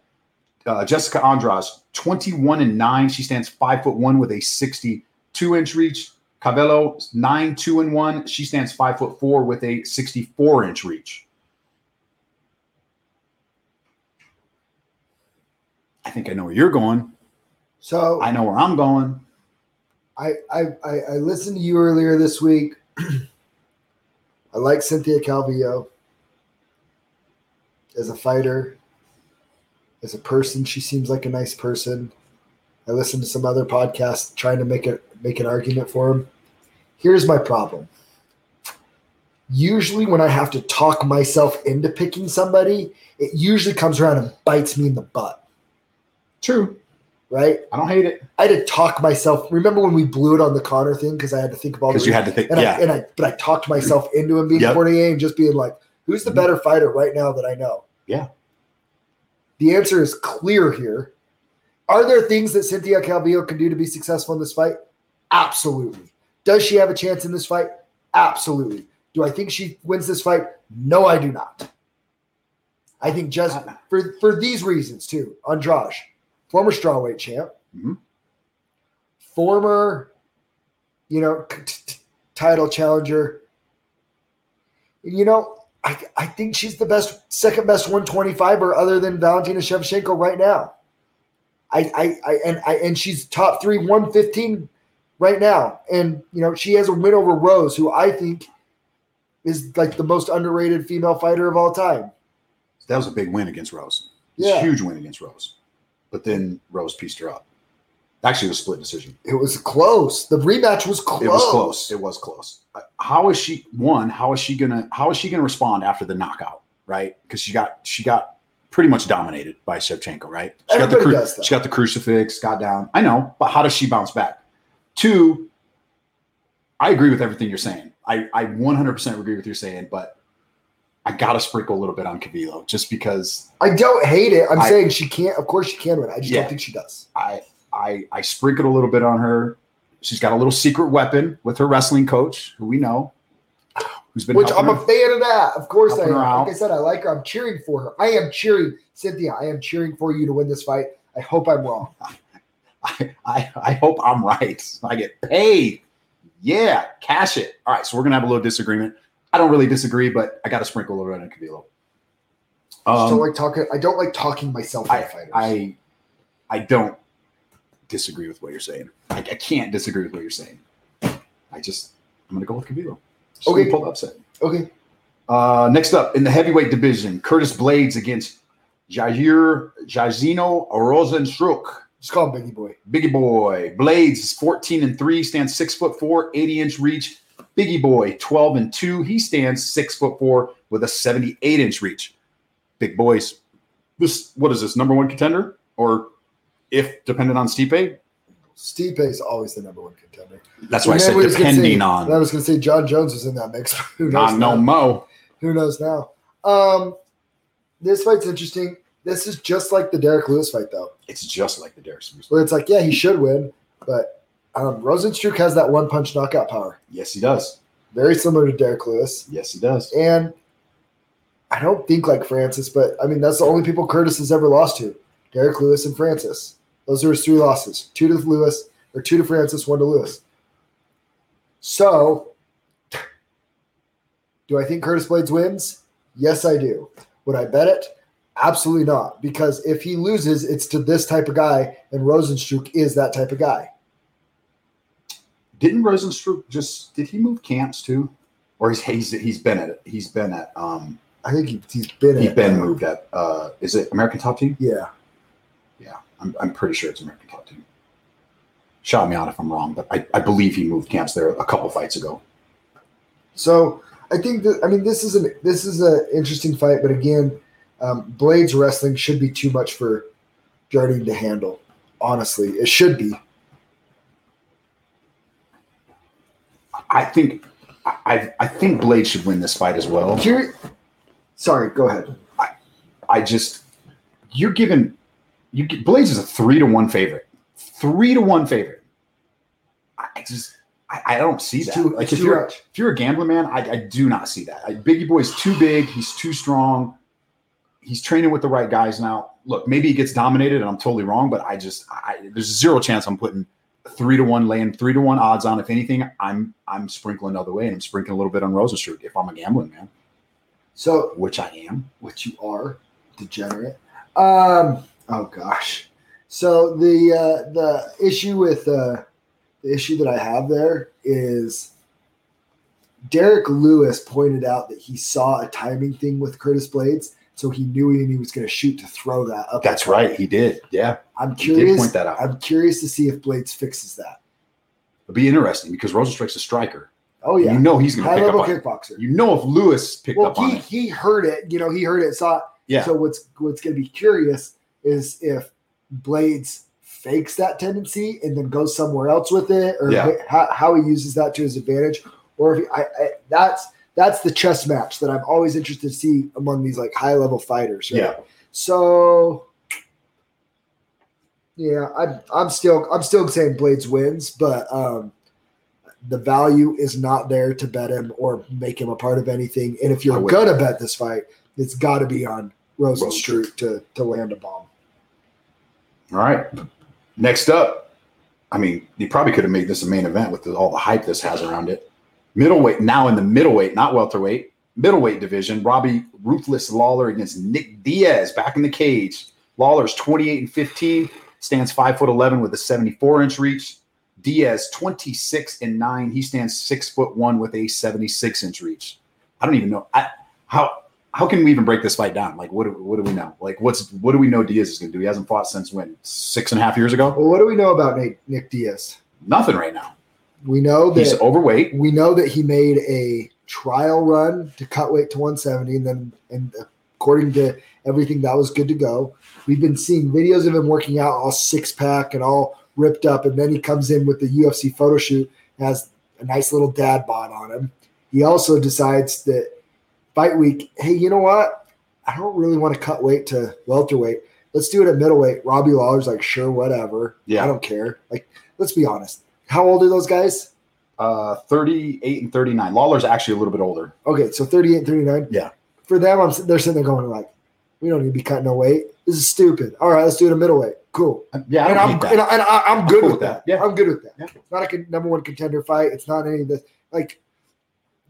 S1: Uh, Jessica Andrade, 21 and 9. She stands 5 foot 1 with a 62 inch reach. Calvillo, 9 2 and 1. She stands 5 foot 4 with a 64 inch reach. I think I know where you're going.
S2: So
S1: I know where I'm going.
S2: I I, I I listened to you earlier this week. I like Cynthia Calvillo as a fighter, as a person. She seems like a nice person. I listened to some other podcasts trying to make it make an argument for him. Here's my problem. Usually, when I have to talk myself into picking somebody, it usually comes around and bites me in the butt,
S1: True.
S2: right?
S1: I don't hate it
S2: I had to talk myself. Remember when we blew it on the Connor thing because I had to think about
S1: because you had to think.
S2: and I
S1: Yeah,
S2: and I but I talked myself into him being
S1: Yep. Mm-hmm.
S2: Fournier and just being like, who's the better fighter right now that I know?
S1: Yeah.
S2: The answer is clear here. Are there things that Cynthia Calvillo can do to be successful in this fight? Absolutely. Does she have a chance in this fight? Absolutely. Do I think she wins this fight? No, I do not. I think just
S1: Uh-uh.
S2: for for these reasons too. Andrade, former strawweight champ,
S1: Mhm.
S2: former, you know, c- t- t- title challenger. And, you know, I I think she's the best, second best 125er other than Valentina Shevchenko right now. I I, I and I and she's top three 115 right now, and you know she has a win over Rose, who I think is like the most underrated female fighter of all time.
S1: that was a big win against Rose. It's
S2: Yeah.
S1: a huge win against Rose, but then Rose pieced her up. Actually, it was a split decision.
S2: It was close. The rematch was close.
S1: It was close. It was close. Uh, How is she one? How is she gonna? How is she gonna respond after the knockout? Right? Because she got she got pretty much dominated by Shevchenko. Right? She got the
S2: Everybody
S1: cru-
S2: does that.
S1: she got the crucifix. Got down. I know, but how does she bounce back? Two. I agree with everything you're saying. I I 100% agree with you saying, but I gotta sprinkle a little bit on Cavillo just because
S2: I don't hate it. I'm
S1: I-
S2: saying she can't. Of course, she can win. I just
S1: Yeah.
S2: don't think she does.
S1: I I I sprinkled a little bit on her. She's got a little secret weapon with her wrestling coach, who we know, who's been
S2: Which
S1: helping
S2: I'm a
S1: her.
S2: fan of that. Of course, I
S1: Helping
S2: am.
S1: her out.
S2: Like I said, I like her. I'm cheering for her. I am cheering, Cynthia. I am cheering for you to win this fight. I hope I'm wrong.
S1: I, I I hope I'm right. I get paid. Yeah, cash it. All right, so we're gonna have a little disagreement. I don't really disagree, but I got to sprinkle a little bit on Cavillo.
S2: I just
S1: Um,
S2: don't like talking. I don't like talking myself out
S1: I,
S2: of fighters.
S1: I I don't disagree with what you're saying. I, I can't disagree with what you're saying. I just I'm gonna go with Cavillo. Just
S2: Okay.
S1: gonna pull the upset.
S2: okay.
S1: Uh, next up in the heavyweight division, Curtis Blades against Jair Jazino Rosenstruck.
S2: Just call him Biggie Boy.
S1: Biggie Boy. Blades is 14 and 3, stands 6 foot 4, 80 inch reach. Biggie Boy 12 and 2, he stands 6 foot 4 with a 78 inch reach. Big boys. This what is this number 1 contender or if dependent on Stipe?
S2: Stipe is always the number one contender.
S1: That's why I
S2: And
S1: said
S2: then we was gonna
S1: depending
S2: say-
S1: on.
S2: and I was going to say John Jones was in that mix. Who knows
S1: Not no
S2: now?
S1: mo.
S2: Who knows now? Um, this fight's interesting. This is just like the Derek Lewis fight, though.
S1: It's just like the Derek Smith.
S2: where it's like, yeah, he should win, but um, Rosenstruck has that one punch knockout power,
S1: Yes, he does.
S2: very similar to Derek Lewis.
S1: Yes, he does.
S2: And I don't think like Francis, but I mean, that's the only people Curtis has ever lost to Derek Lewis and Francis. Those are his three losses two to Lewis, or two to Francis, one to Lewis. So, do I think Curtis Blades wins? Yes, I do. Would I bet it? Absolutely not. Because if he loses, it's to this type of guy, and Rosenstruck is that type of guy.
S1: didn't Rosenstruck just did he move camps too, or he's he's he's been at he's been at um
S2: I think he, he's been
S1: he's
S2: at
S1: been
S2: that.
S1: moved at uh is it American Top Team?
S2: Yeah,
S1: Yeah, I'm I'm pretty sure it's American Top Team. Shout me out if I'm wrong, but I, I believe he moved camps there a couple fights ago.
S2: so I think that I mean this is an this is an interesting fight, but again, um, Blades wrestling should be too much for Jardine to handle. Honestly, it should be.
S1: I think I I- I think Blade should win this fight as well.
S2: Here, sorry, go ahead.
S1: I just you're giving you gi- Blades is a three to one favorite, three to one favorite. I I just I, I don't see
S2: It's
S1: that.
S2: too,
S1: like
S2: it's
S1: if
S2: too
S1: you're
S2: much.
S1: if you're a gambler, man, I, I do not see that. I, Biggie Boy's too big. He's too strong. He's training with the right guys now. Look, maybe he gets dominated, and I'm totally wrong, but I just I, there's zero chance I'm putting three to one laying three to one odds on. If anything, I'm I'm sprinkling another way, and I'm sprinkling a little bit on Rosenstruck if I'm a gambling man,
S2: So,
S1: which I am.
S2: what you are, degenerate. Um. Oh gosh. So the uh, the issue with uh, the issue that I have there is Derek Lewis pointed out that he saw a timing thing with Curtis Blades, so he knew he, he was going to shoot to throw that up.
S1: That's right. He did. Yeah.
S2: I'm
S1: He did
S2: curious.
S1: point that out.
S2: I'm curious to see if Blades fixes that.
S1: It'll be interesting because Rosenstrike's a striker.
S2: Oh yeah,
S1: You know he's going to
S2: high
S1: pick up
S2: level
S1: on it.
S2: kickboxer.
S1: You know if Lewis picked
S2: well,
S1: up on
S2: he
S1: it.
S2: he heard it. You know, he heard it. Saw it.
S1: Yeah.
S2: So what's what's going to be curious is if Blades fakes that tendency and then goes somewhere else with it, or
S1: Yeah.
S2: how, how he uses that to his advantage, or if he, I, I that's that's the chess match that I'm always interested to see among these like high level fighters. Right?
S1: Yeah.
S2: So. Yeah, I'm. I'm still. I'm still saying Blades wins, but um, the value is not there to bet him or make him a part of anything. And if
S1: I
S2: you're
S1: would-
S2: gonna bet this fight, it's got to be on Rosen
S1: Rosen.
S2: Street to to land a bomb.
S1: All right. Next up, I mean, you probably could have made this a main event with the, all the hype this has around it. Middleweight, now in the middleweight, not welterweight, middleweight division. Robbie Ruthless Lawler against Nick Diaz back in the cage. Lawler's 28 and 15, stands 5 foot 11 with a 74 inch reach. Diaz 26 and 9, he stands 6 foot 1 with a 76 inch reach. I don't even know I, how how can we even break this fight down? Like, what do, what do we know? Like, what's what do we know Diaz is going to do? He hasn't fought since when six and a half years ago.
S2: Well, what do we know about Nate, Nick Diaz?
S1: Nothing right now.
S2: We know that
S1: He's overweight.
S2: we know that he made a trial run to cut weight to 170, and then and according to everything, that was good to go. We've been seeing videos of him working out all six pack and all ripped up, and then he comes in with the UFC photo shoot has a nice little dad bod on him. He also decides that fight week, hey, you know what? I don't really want to cut weight to welterweight. Let's do it at middleweight. Robbie Lawler's like, sure, whatever.
S1: Yeah.
S2: I don't care. Like, let's be honest. How old are those guys?
S1: Uh, thirty-eight and thirty-nine. Lawler's actually a little bit older.
S2: Okay, so 38, 39.
S1: Yeah.
S2: For them, I'm, they're sitting there going like, we don't need to be cutting no weight. This is stupid. All right, let's do it a middleweight. Cool.
S1: Yeah, I
S2: And
S1: don't
S2: I'm,
S1: hate that.
S2: and, Uh, I, and I, I'm good
S1: cool
S2: with
S1: with
S2: that.
S1: that. Yeah.
S2: I'm good with that.
S1: Yeah.
S2: It's not a con- number one contender fight. It's not any of this. Like,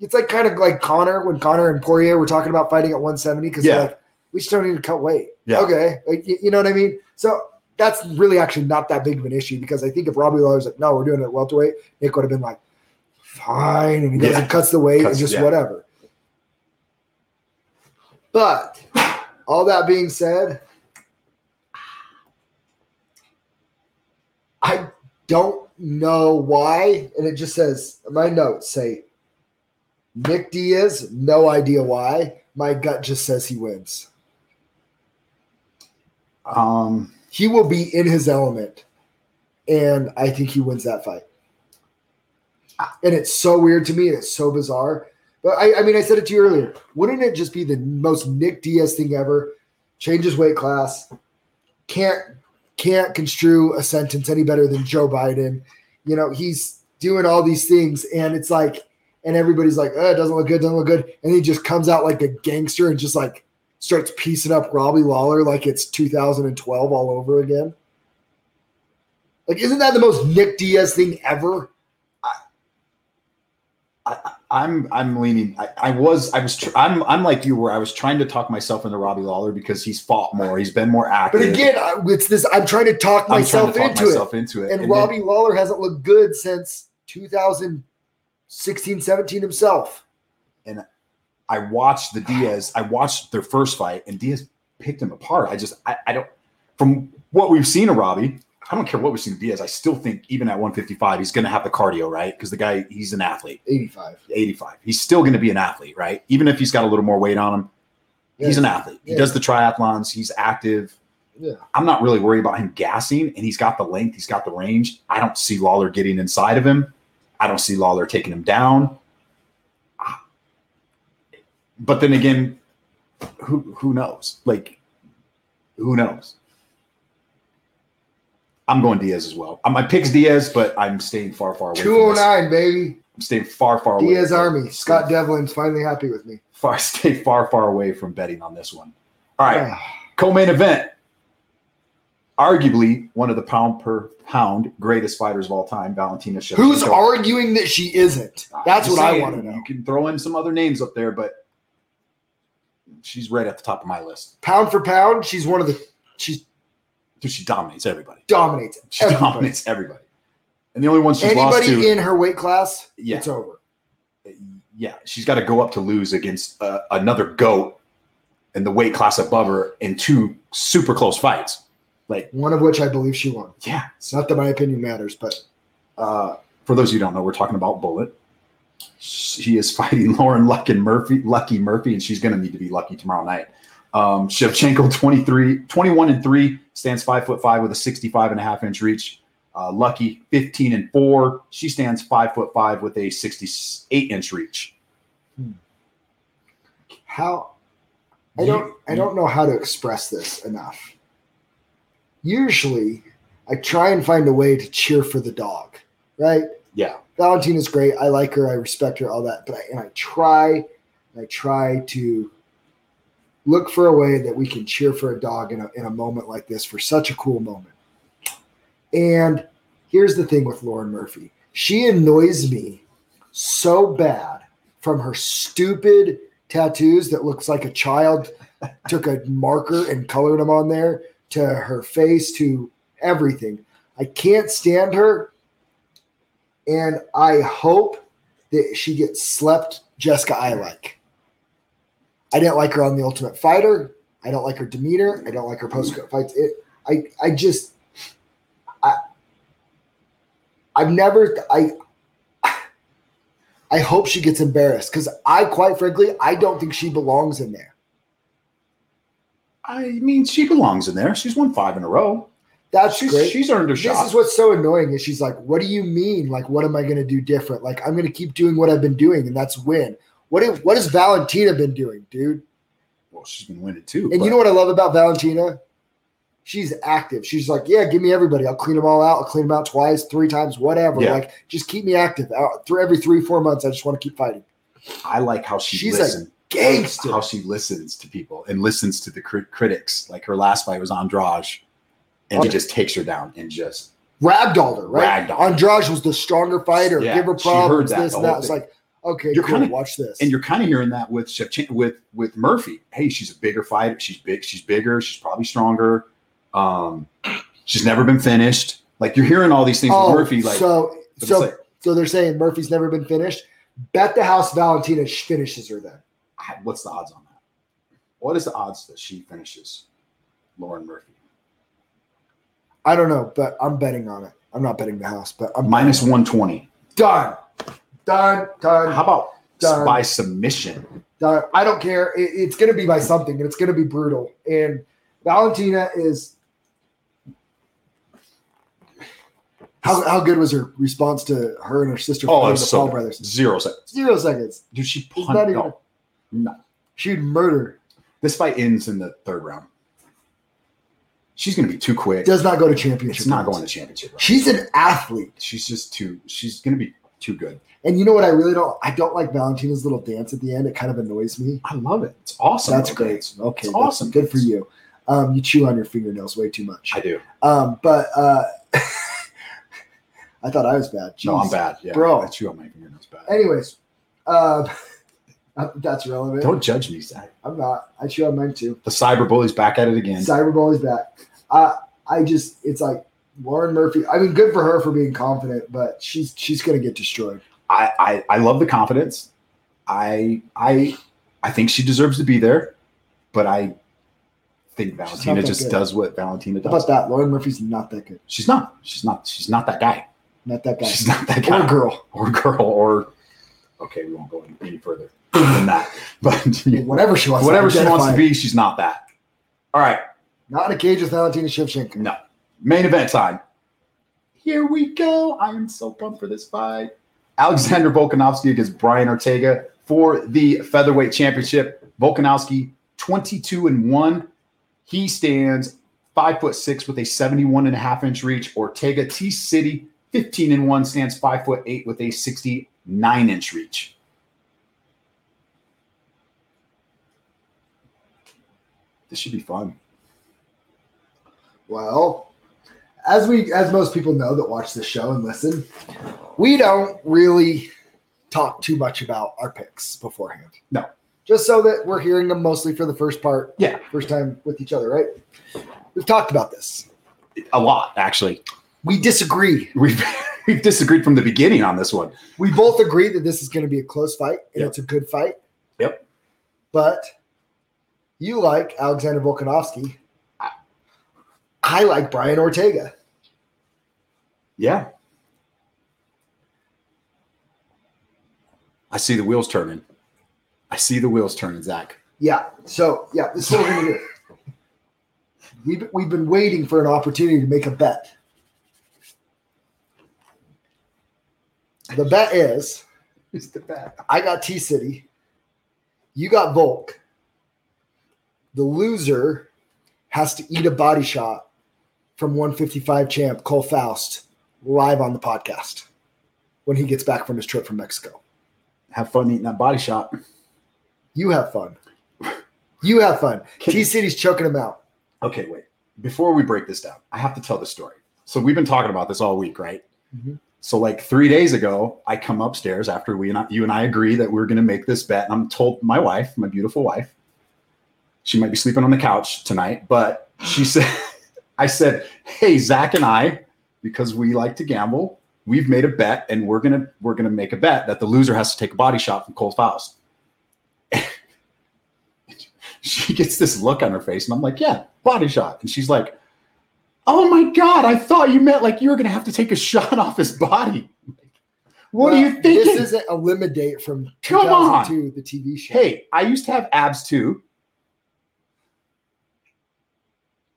S2: it's like kind of like Connor when Connor and Poirier were talking about fighting at 170 because
S1: Yeah.
S2: like, we just don't need to cut weight.
S1: Yeah.
S2: Okay. Like, you, you know what I mean? So that's really actually not that big of an issue because I think if Robbie Lawler's like, no, we're doing it at welterweight, Nick would have been like, fine. And he goes
S1: Yeah.
S2: and cuts the weight and
S1: Cuts-
S2: just
S1: yeah.
S2: whatever. But all that being said, I don't know why. And it just says, my notes say, Nick Diaz, no idea why. My gut just says he wins.
S1: Um,
S2: He will be in his element. And I think he wins that fight. And it's so weird to me. and It's so bizarre. But I, I mean, I said it to you earlier. Wouldn't it just be the most Nick Diaz thing ever? Changes weight class. Can't can't construe a sentence any better than Joe Biden. You know, he's doing all these things, and it's like, and everybody's like, oh, it doesn't look good, doesn't look good. And he just comes out like a gangster and just like starts piecing up Robbie Lawler like it's 2012 all over again. Like, isn't that the most Nick Diaz thing ever?
S1: I, I- I'm I'm leaning. I, I was I was tr- I'm I'm like you were. I was trying to talk myself into Robbie Lawler because he's fought more. He's been more active.
S2: But again, I, it's this. I'm trying to talk
S1: I'm trying
S2: myself
S1: to talk
S2: into it.
S1: myself into it.
S2: and,
S1: then-
S2: Robbie Lawler hasn't looked good since 2016, 17 himself.
S1: I watched the Diaz. I watched their first fight, and Diaz picked him apart. I just, I, I don't. From what we've seen of Robbie, I don't care what we've seen of Diaz. I still think even at 155, he's going to have the cardio, right? Because the guy, he's an athlete.
S2: 85.
S1: 85, he's still going to be an athlete, right? Even if he's got a little more weight on him, he's an athlete. He
S2: Yeah.
S1: does the triathlons. He's active.
S2: Yeah.
S1: I'm not really worried about him gassing, and he's got the length. He's got the range. I don't see Lawler getting inside of him. I don't see Lawler taking him down. Ah. But then again, who who knows? Like, who knows? I'm going Diaz as well. Uh, My pick's Diaz, but I'm staying far, far away. from this.
S2: 209, baby.
S1: I'm staying far, far away.
S2: oh Diaz Army. Scott
S1: Stay
S2: Devlin's finally happy with me.
S1: far, stay far, far away from betting on this one. All right.
S2: Ah,
S1: Co-main event, arguably one of the pound per pound greatest fighters of all time, Valentina Shevchenko.
S2: Who's arguing that she isn't?
S1: I'm
S2: That's
S1: just
S2: what I
S1: saying,
S2: want to know.
S1: You can throw in some other names up there, but she's right at the top of my list.
S2: Pound for pound, she's one of the she
S1: Dude, she dominates everybody.
S2: dominates.
S1: She
S2: everybody.
S1: dominates everybody. And the only one she's lost
S2: Anybody
S1: to,
S2: in her weight class,
S1: yeah,
S2: it's over.
S1: yeah, she's got to go up to lose against uh, another goat in the weight class above her in two super close fights. Like,
S2: One of which I believe she won.
S1: yeah.
S2: It's not that my opinion matters, but
S1: Uh, for those who don't know, we're talking about Bullet. She is fighting Lauren Luck and Murphy, Lucky Murphy, and she's going to need to be lucky tomorrow night. Um, Shevchenko 23, 21 and 3, stands 5 foot 5 with a 65 and a half inch reach. Uh, Lucky 15 and 4, she stands 5 foot 5 with a 68 inch reach.
S2: how I don't I don't know how to express this enough. Usually I try and find a way to cheer for the dog, right?
S1: Yeah.
S2: Valentina's great. I like her. I respect her. All that. But I, and I try, I try to look for a way that we can cheer for a dog in a, in a moment like this for such a cool moment. And here's the thing with Lauren Murphy. She annoys me so bad from her stupid tattoos that looks like a child took a marker and colored them on there to her face to everything. I can't stand her and I hope that she gets slept Jessica I like. I didn't like her on the Ultimate Fighter. I don't like her demeanor. I don't like her post fights. It, I I just I I've never I I hope she gets embarrassed because I quite frankly I don't think she belongs in there.
S1: I mean, she belongs in there. She's won five in a row.
S2: That's
S1: She's,
S2: great.
S1: she's earned her
S2: this
S1: shot.
S2: is what's so annoying is she's like what do you mean like what am i going to do different like i'm going to keep doing what i've been doing and that's win what if, what has valentina been doing dude
S1: well, she's been winning too.
S2: and
S1: but-
S2: you know what i love about valentina she's active she's like yeah give me everybody i'll clean them all out i'll clean them out twice three times whatever
S1: Yeah.
S2: like just keep me active out through every three four months i just want to keep fighting
S1: I like how she
S2: She's a
S1: listens.
S2: gangster.
S1: How she listens to people and listens to the crit- critics. Like her last fight was Andrade, and he
S2: Okay.
S1: just takes her down and just
S2: ragdolled her right
S1: Ragdolled her.
S2: andrade was the stronger fighter
S1: Yeah,
S2: give her
S1: she heard
S2: problems
S1: that
S2: this
S1: the
S2: and that
S1: whole
S2: it's
S1: thing.
S2: like okay
S1: You're
S2: cool
S1: kinda-
S2: watch this
S1: and you're kind of hearing that with Shevchen- with with Murphy. Hey, she's a bigger fighter. She's big. She's bigger. She's probably stronger. Um, she's never been finished. Like you're hearing all these things
S2: oh,
S1: with Murphy. Like,
S2: so
S1: but it's
S2: so
S1: like,
S2: So they're saying Murphy's never been finished. Bet the house Valentina sh- finishes her then.
S1: I- what's the odds on that? What is the odds that she finishes Lauren Murphy?
S2: I don't know, but I'm betting on it. I'm not betting the house, but I'm
S1: Minus one twenty.
S2: done. Done, done,
S1: How about
S2: Done.
S1: by submission?
S2: done. I don't care. It- it's going to be by something and it's going to be brutal. And Valentina is. How, how good was her response to her and her sister?
S1: Oh,
S2: fighting
S1: it was
S2: the
S1: so
S2: Paul
S1: good.
S2: brothers.
S1: Zero seconds.
S2: Zero seconds.
S1: Dude, she
S2: It's
S1: punched.
S2: not even-
S1: No, no.
S2: She'd murder.
S1: This fight ends in the third round. She's going to be too quick.
S2: Does not go to championship.
S1: It's not
S2: rounds.
S1: going to championship. round.
S2: She's an athlete.
S1: She's just too. She's going to be too good.
S2: And you know what? I really don't. I don't like Valentina's little dance at the end. It kind of annoys me.
S1: I love it. It's awesome.
S2: That's
S1: Okay.
S2: great. Okay,
S1: It's
S2: that's
S1: awesome.
S2: Good for you. Um, you chew on your fingernails way too much.
S1: I do.
S2: Um, but uh, I thought I was bad.
S1: No, I'm
S2: Jeez.
S1: bad. Yeah,
S2: Bro.
S1: I chew on my fingernails bad.
S2: Anyways, um, that's relevant.
S1: Don't judge me, Zach.
S2: I'm not. I chew on mine too.
S1: The cyberbully's back at it again.
S2: Cyberbully's back. I I just it's like Lauren Murphy. I mean, good for her for being confident, but she's she's gonna get destroyed.
S1: I, I I love the confidence. I I I think she deserves to be there, but I think
S2: not
S1: Valentina
S2: that
S1: just
S2: good.
S1: does what Valentina
S2: How about
S1: does.
S2: that? Lauren Murphy's not that good.
S1: She's not. She's not. She's not that guy.
S2: Not that
S1: She's not that
S2: guy.
S1: guy.
S2: Or girl.
S1: or girl or okay, we won't go any- any further than that. But you-
S2: Whatever she wants. to
S1: whatever she wants
S2: identify.
S1: to be, she's not that. All right,
S2: Not in a cage with Valentina Shevchenko.
S1: no. Main event time. Here we go. I am so pumped for this fight. Alexander Volkanovski against Brian Ortega for the featherweight championship. Volkanovski 22 and 1. He stands 5 foot 6 with a 71 and a half inch reach. Ortega T City 15 and 1 stands 5 foot 8 with a 69 inch reach. This should be fun.
S2: Well, as we as most people know that watch the show and listen, we don't really talk too much about our picks beforehand.
S1: No.
S2: Just so that we're hearing them mostly for the first part,
S1: Yeah,
S2: first time with each other, right? We've talked about this.
S1: a lot actually.
S2: We disagree.
S1: We've we've disagreed from the beginning on this one.
S2: We both agree that this is going to be a close fight and
S1: Yep.
S2: it's a good fight.
S1: Yep.
S2: But you like Alexander Volkanovski. I- I like Brian Ortega.
S1: Yeah. I see the wheels turning. I see the wheels turning, Zach.
S2: Yeah. So yeah, this is what we're gonna do. We've we've been waiting for an opportunity to make a bet. The bet is
S1: It's the bad.
S2: I got T City, you got Volk. The loser has to eat a body shot from 155 champ Cole Faust live on the podcast when he gets back from his trip from Mexico.
S1: Have fun eating that body shot.
S2: You have fun. You have fun.
S1: Can-
S2: T City's choking him out.
S1: Okay, wait. Before we break this down, I have to tell the story. So we've been talking about this all week, right?
S2: Mhm.
S1: So like three days ago, I come upstairs after we and I, you and I agree that we're going to make this bet, and I'm told my wife, my beautiful wife, she might be sleeping on the couch tonight, but she said, I said, hey, Zach and I, because we like to gamble, we've made a bet, and we're gonna we're gonna make a bet that the loser has to take a body shot from Cole Faust. she gets this look on her face, and I'm like, yeah, body shot, and she's like. Oh my God, I thought you meant like you were going to have to take a shot off his body. What
S2: Well,
S1: are you thinking?
S2: This isn't Eliminate from
S1: Come on.
S2: 2002, the TV show.
S1: Hey, I used to have abs too.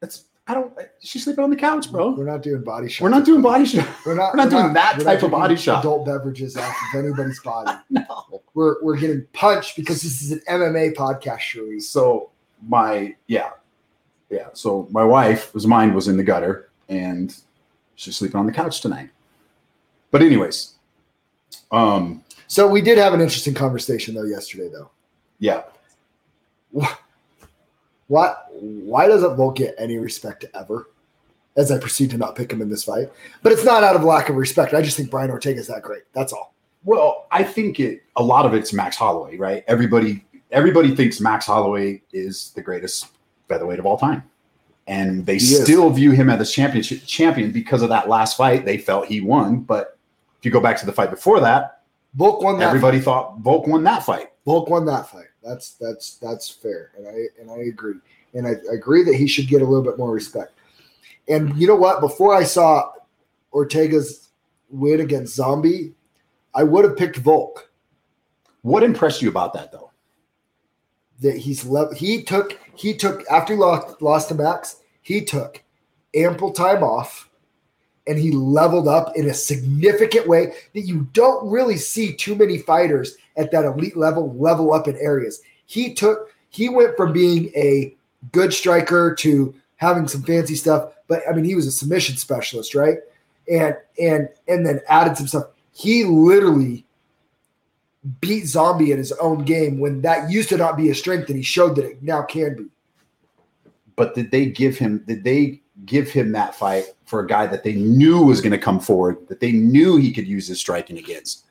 S1: That's I don't. She's sleeping on the couch, bro.
S2: we're not doing body shots.
S1: We're not doing body shots.
S2: We're not,
S1: we're not doing that
S2: we're
S1: type of
S2: drinking
S1: body shot.
S2: Adult beverages off of anybody's body.
S1: No.
S2: We're we're getting punched because this is an MMA podcast, Cherise.
S1: So my yeah, yeah. So my wife, whose mind was in the gutter, and she's sleeping on the couch tonight. But anyways, um,
S2: So we did have an interesting conversation though yesterday though.
S1: yeah.
S2: What why doesn't Volk get any respect ever? As I proceed to not pick him in this fight. But it's not out of lack of respect. I just think Brian Ortega is that great. That's all.
S1: Well, I think it a lot of it's Max Holloway, right? Everybody everybody thinks Max Holloway is the greatest featherweight of all time. And they
S2: He is.
S1: still view him as a championship champion because of that last fight. They felt he won, but if you go back to the fight before that,
S2: Volk won that
S1: everybody thought Volk won that fight.
S2: Volk won that fight. That's that's that's fair, and I and I agree, and I agree that he should get a little bit more respect. And you know what? Before I saw Ortega's win against Zombie, I would have picked Volk.
S1: What impressed you about that though?
S2: That he's left. He took he took after he lost lost to Max. He took ample time off, and he leveled up in a significant way that you don't really see too many fighters at that elite level level up in areas. He took he went from being a good striker to having some fancy stuff, but I mean he was a submission specialist, right? And and and then added some stuff. He literally beat Zombie in his own game when that used to not be a strength and he showed that it now can be.
S1: But did they give him did they give him that fight for a guy that they knew was going to come forward, that they knew he could use his striking against?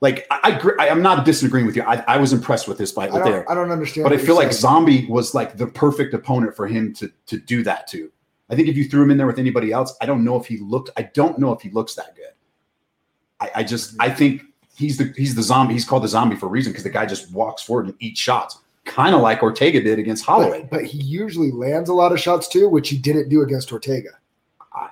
S1: Like I, I, gr- I I'm not disagreeing with you. I, I was impressed with this fight
S2: I
S1: right there.
S2: don't, I don't understand.
S1: but I
S2: what
S1: feel
S2: you're
S1: like
S2: saying.
S1: Zombie was like the perfect opponent for him to to do that to. I think if you threw him in there with anybody else, I don't know if he looked. I don't know if he looks that good. I, I just I think he's the he's the zombie. He's called the zombie for a reason because the guy just walks forward and eats shots, kind of like Ortega did against Holloway.
S2: But, but he usually lands a lot of shots too, which he didn't do against Ortega.
S1: I- I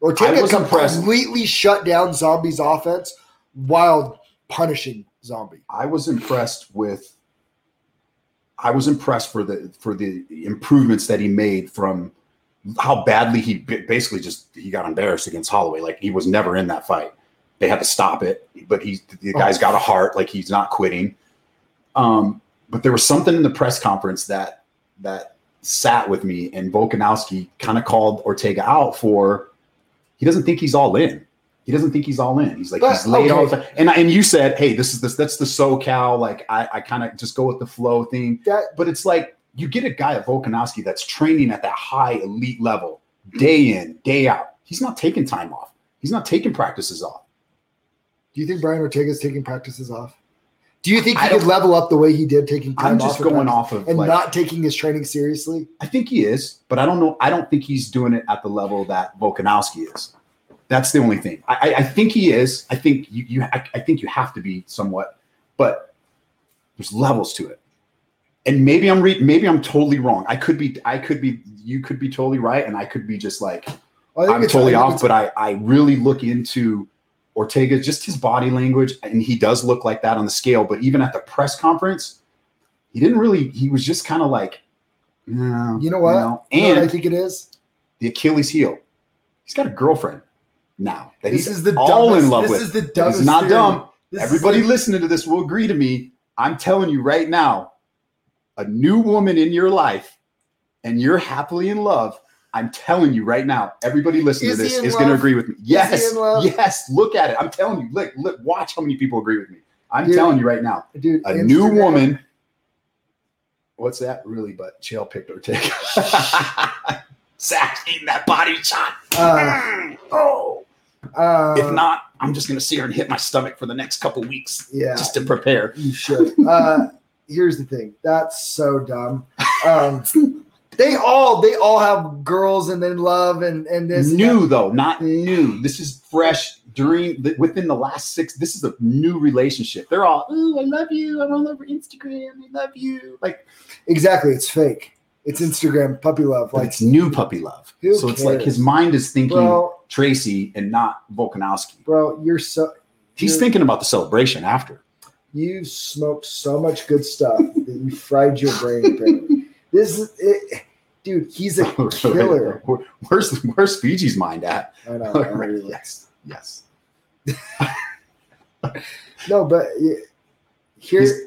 S2: Ortega
S1: was impressed.
S2: completely shut down Zombie's offense while punishing Zombie.
S1: I was impressed with. I was impressed for the for the improvements that he made from how badly he ba- basically just he got embarrassed against Holloway. Like he was never in that fight. They had to stop it, but he the
S2: Oh.
S1: guy's got a heart. Like he's not quitting. Um, but there was something in the press conference that that sat with me, and Volkanovski kind of called Ortega out for he doesn't think he's all in. He doesn't think he's all in. He's like
S2: But,
S1: he's laid off.
S2: okay.
S1: And I- and you said, hey, this is this that's the SoCal. Like I I kind of just go with the flow thing
S2: That
S1: but it's like you get a guy at Volkanovski that's training at that high elite level day in, day out. He's not taking time off. He's not taking practices off.
S2: do you think Brian Ortega's taking practices off? Do you think he
S1: I
S2: could
S1: don't-
S2: level up the way he did taking time
S1: I'm
S2: off
S1: just
S2: in
S1: going
S2: practice
S1: off of
S2: and
S1: like
S2: not taking his training seriously?
S1: I think he is, but I don't know. I don't think he's doing it at the level that Volkanovski is. That's the only thing. I, I, I think he is. I think you, you I, I think you have to be somewhat, but there's levels to it. And maybe I'm re- maybe I'm totally wrong. I could be I could be you could be totally right, and I could be just like
S2: I think
S1: I'm
S2: it's-
S1: totally
S2: I think
S1: off,
S2: it's-
S1: but I, I really look into Ortega, just his body language, and he does look like that on the scale. But even at the press conference, he didn't really. He was just kind of like, no,
S2: You know what?
S1: no.
S2: you know what
S1: And
S2: I think it is.
S1: the Achilles heel. He's got a girlfriend now that
S2: This
S1: he's
S2: is the
S1: all
S2: dumbest,
S1: in love
S2: this
S1: with.
S2: is the
S1: that
S2: dumbest.
S1: he's not
S2: theory.
S1: dumb.
S2: This is
S1: Everybody
S2: the-
S1: listening to this will agree to me. I'm telling you right now, a new woman in your life, and you're happily in love. I'm telling you right now, everybody listening
S2: Is
S1: to
S2: he
S1: this
S2: in
S1: is going to
S2: love?
S1: agree with me.
S2: he
S1: Yes,
S2: in love?
S1: yes. Look at it. I'm telling you. Look, look. Watch how many people agree with me. I'm
S2: Dude.
S1: telling you right now,
S2: dude,
S1: a new
S2: Instagram-
S1: woman. What's that really? But Chael picked Ortega. Zach in that body shot.
S2: Uh,
S1: Mm. oh.
S2: uh,
S1: If not, I'm just gonna sit here and hit my stomach for the next couple weeks
S2: yeah,
S1: just to prepare.
S2: you should. Uh, here's the thing. That's so dumb. Um, they all they all have girls and then love and and this and
S1: new though, not new. This is fresh during the, within the last six. This is a new relationship. They're all, ooh, I love you. I'm all over Instagram. I love you. Like
S2: that. Exactly. It's fake. It's Instagram puppy love.
S1: but
S2: Like,
S1: it's new puppy love. So
S2: Who
S1: it's like
S2: cares?
S1: his mind is thinking
S2: bro,
S1: Tracy and not Volkanovski.
S2: bro, you're so
S1: He's
S2: You're-
S1: thinking about the celebration after.
S2: you smoked so much good stuff that you fried your brain. Apparently. This is it, dude. He's a killer.
S1: Where- where's where's Fiji's mind at?
S2: I know. I really-
S1: yes, yes.
S2: No, but yeah, here,
S1: He's-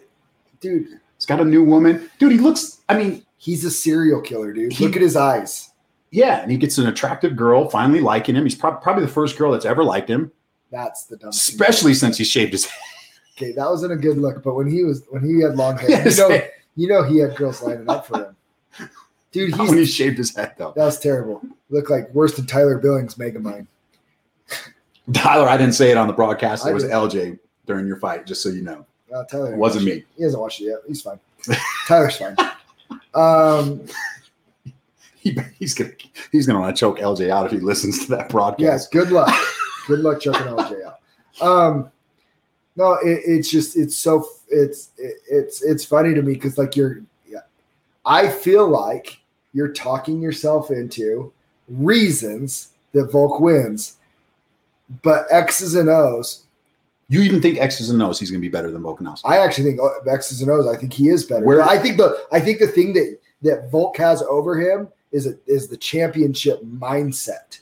S2: dude,
S1: He's got a new woman, dude. He looks. I mean,
S2: he's a serial killer, dude.
S1: He-
S2: Look at his eyes.
S1: Yeah, and he gets an attractive girl finally liking him. He's prob- probably the first girl that's ever liked him,
S2: That's the dumb. thing.
S1: especially since he shaved his head.
S2: Okay, that wasn't a good look. But when he was when he had long hair,
S1: His
S2: you know,
S1: head.
S2: you know he had girls lining up for him. Dude,
S1: Not when
S2: he's
S1: he shaved his head, though.
S2: that was terrible. Looked like worse than Tyler Billings Megamind.
S1: Tyler, I didn't say it on the broadcast.
S2: I
S1: It was
S2: did.
S1: LJ during your fight, just so you know.
S2: Uh, Tyler
S1: It wasn't me.
S2: He hasn't watched it yet. He's fine. Tyler's fine. Um,
S1: He, he's gonna he's gonna want to choke LJ out if he listens to that broadcast.
S2: Yes, good luck. good luck choking LJ out. Um, no, it, it's just it's so it's it, it's it's funny to me because like you're, yeah, I feel like you're talking yourself into reasons that Volk wins, but X's and O's.
S1: You even think X's and O's he's gonna be better than Volkanovski?
S2: I actually think oh, X's and O's. I think he is better.
S1: Where-
S2: But I think the I think the thing that that Volk has over him is a, is the championship mindset.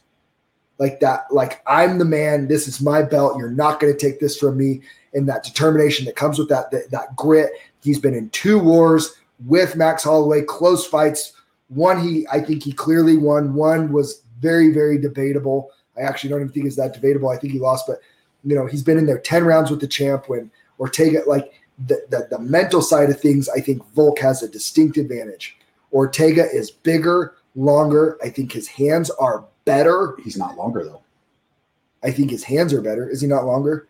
S2: Like that, like I'm the man. This is my belt. You're not going to take this from me. And that determination that comes with that, that that grit. He's been in two wars with Max Holloway, close fights. One he I think he clearly won. One was very very debatable. I actually don't even think it's that debatable. I think he lost, but you know he's been in there ten rounds with the champ when Ortega, like the, the, the mental side of things, I think Volk has a distinct advantage. Ortega is bigger, longer. I think his hands are better.
S1: He's not longer though.
S2: I think his hands are better. Is he not longer?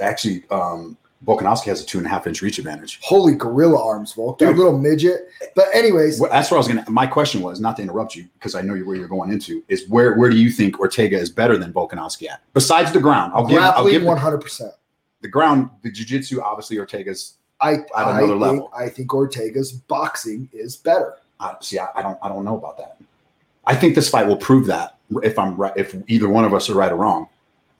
S1: Actually, um, Volkanovski has a two and a half inch reach advantage.
S2: Holy gorilla arms, Volk. That
S1: Dude.
S2: little midget. But anyways,
S1: Well, that's what I was gonna. My question was not to interrupt you because I know where you're going into is where where do you think Ortega is better than Volkanovski at besides the ground? I'll give, I'll
S2: grappling
S1: give
S2: one
S1: the,
S2: hundred percent.
S1: the ground the jujitsu obviously Ortega's.
S2: I
S1: At
S2: I
S1: another
S2: think,
S1: level.
S2: I think Ortega's boxing is better.
S1: I, uh, see, I, I don't I don't know about that. I think this fight will prove that if I'm right, if either one of us are right or wrong,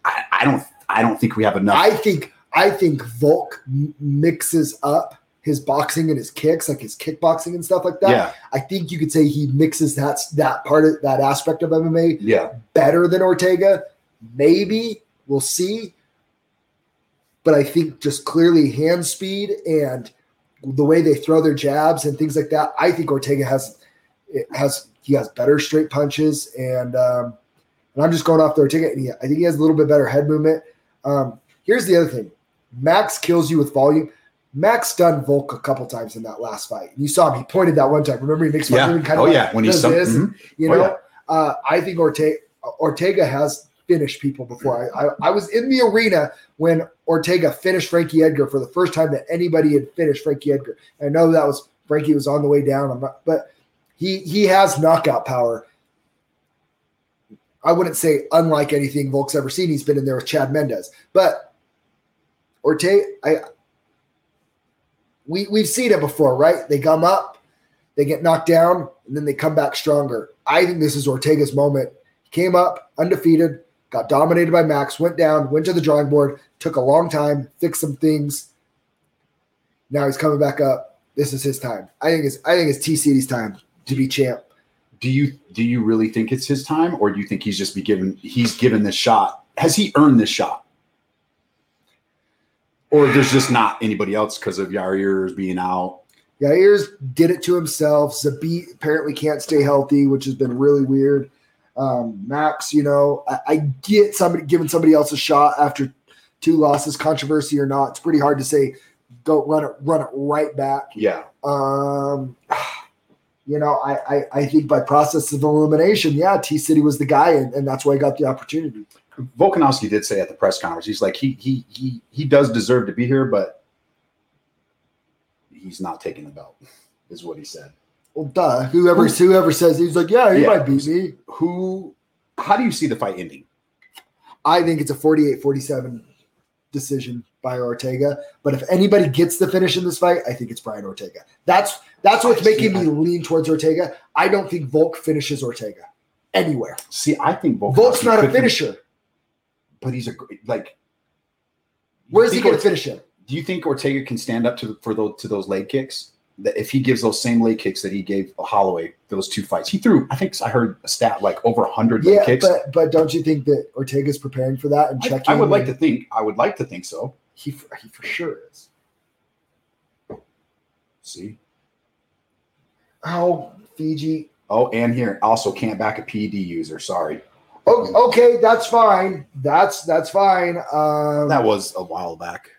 S1: I, I don't I don't think we have enough.
S2: I think I think Volk m- mixes up his boxing and his kicks, like his kickboxing and stuff like that.
S1: yeah,
S2: I think you could say he mixes that that part of that aspect of MMA
S1: yeah.
S2: better than Ortega. Maybe we'll see. But I think just clearly hand speed and the way they throw their jabs and things like that. I think Ortega has it has he has better straight punches and um, and I'm just going off the Ortega. And he, I think he has a little bit better head movement. Um, here's the other thing: Max kills you with volume. Max done Volk a couple times in that last fight. You saw him; he pointed that one time. Remember, he makes fun of
S1: Yeah.
S2: him. Kind
S1: oh
S2: of like,
S1: yeah. When he's
S2: does
S1: some,
S2: this
S1: mhm.
S2: you
S1: Oh,
S2: know, uh, I think Ortega, Ortega has finished people before. I, I, I was in the arena when Ortega finished Frankie Edgar for the first time that anybody had finished Frankie Edgar. I know that was Frankie was on the way down. I'm not, but he he has knockout power. I wouldn't say unlike anything Volk's ever seen. He's been in there with Chad Mendez, but Ortega, I we we've seen it before, right? They gum up, they get knocked down, and then they come back stronger. I think this is Ortega's moment. He came up undefeated, got dominated by Max, went down, went to the drawing board, took a long time, fixed some things. Now he's coming back up. This is his time. I think it's I think it's TCD's time to be champ.
S1: Do you do you really think it's his time, or do you think he's just be given he's given this shot? Has he earned this shot? Or there's just not anybody else because of Yair's being out.
S2: Yair's did it to himself. Zabit apparently can't stay healthy, which has been really weird. Um, Max, you know, I, I get somebody giving somebody else a shot after two losses, controversy or not. It's pretty hard to say go run it run it right back.
S1: Yeah.
S2: Um, you know, I, I I think by process of elimination, yeah, T City was the guy, and, and that's why he got the opportunity.
S1: Volkanovski did say at the press conference, he's like he he he he does deserve to be here, but he's not taking the belt, is what he said.
S2: Well, duh. Whoever whoever says he's like, yeah, he
S1: Yeah.
S2: might beat me.
S1: Who? How do you see the fight ending?
S2: I think it's a 48-47 decision by Ortega. But if anybody gets the finish in this fight, I think it's Brian Ortega. That's that's what's
S1: I see.
S2: making me lean towards Ortega. I don't think Volk finishes Ortega anywhere.
S1: See, I think Volkanovski
S2: Volk's not a
S1: could be-
S2: finisher.
S1: but he's a gr- like. you
S2: Where's he
S1: think
S2: going to
S1: Orte-
S2: finish him?
S1: Do you think Ortega can stand up to the, for those to those leg kicks? That if he gives those same leg kicks that he gave Holloway those two fights, he threw. I think I heard a stat like over hundred
S2: Yeah,
S1: leg kicks.
S2: but but don't you think that Ortega's preparing for that and
S1: I,
S2: checking?
S1: I would like to
S2: and-
S1: think. I would like to think so.
S2: He f- he for sure is.
S1: See.
S2: Oh, Fiji.
S1: Oh, and here also can't back a PED user. Sorry,
S2: Oh, okay, that's fine. That's that's fine. Um,
S1: that was a while back,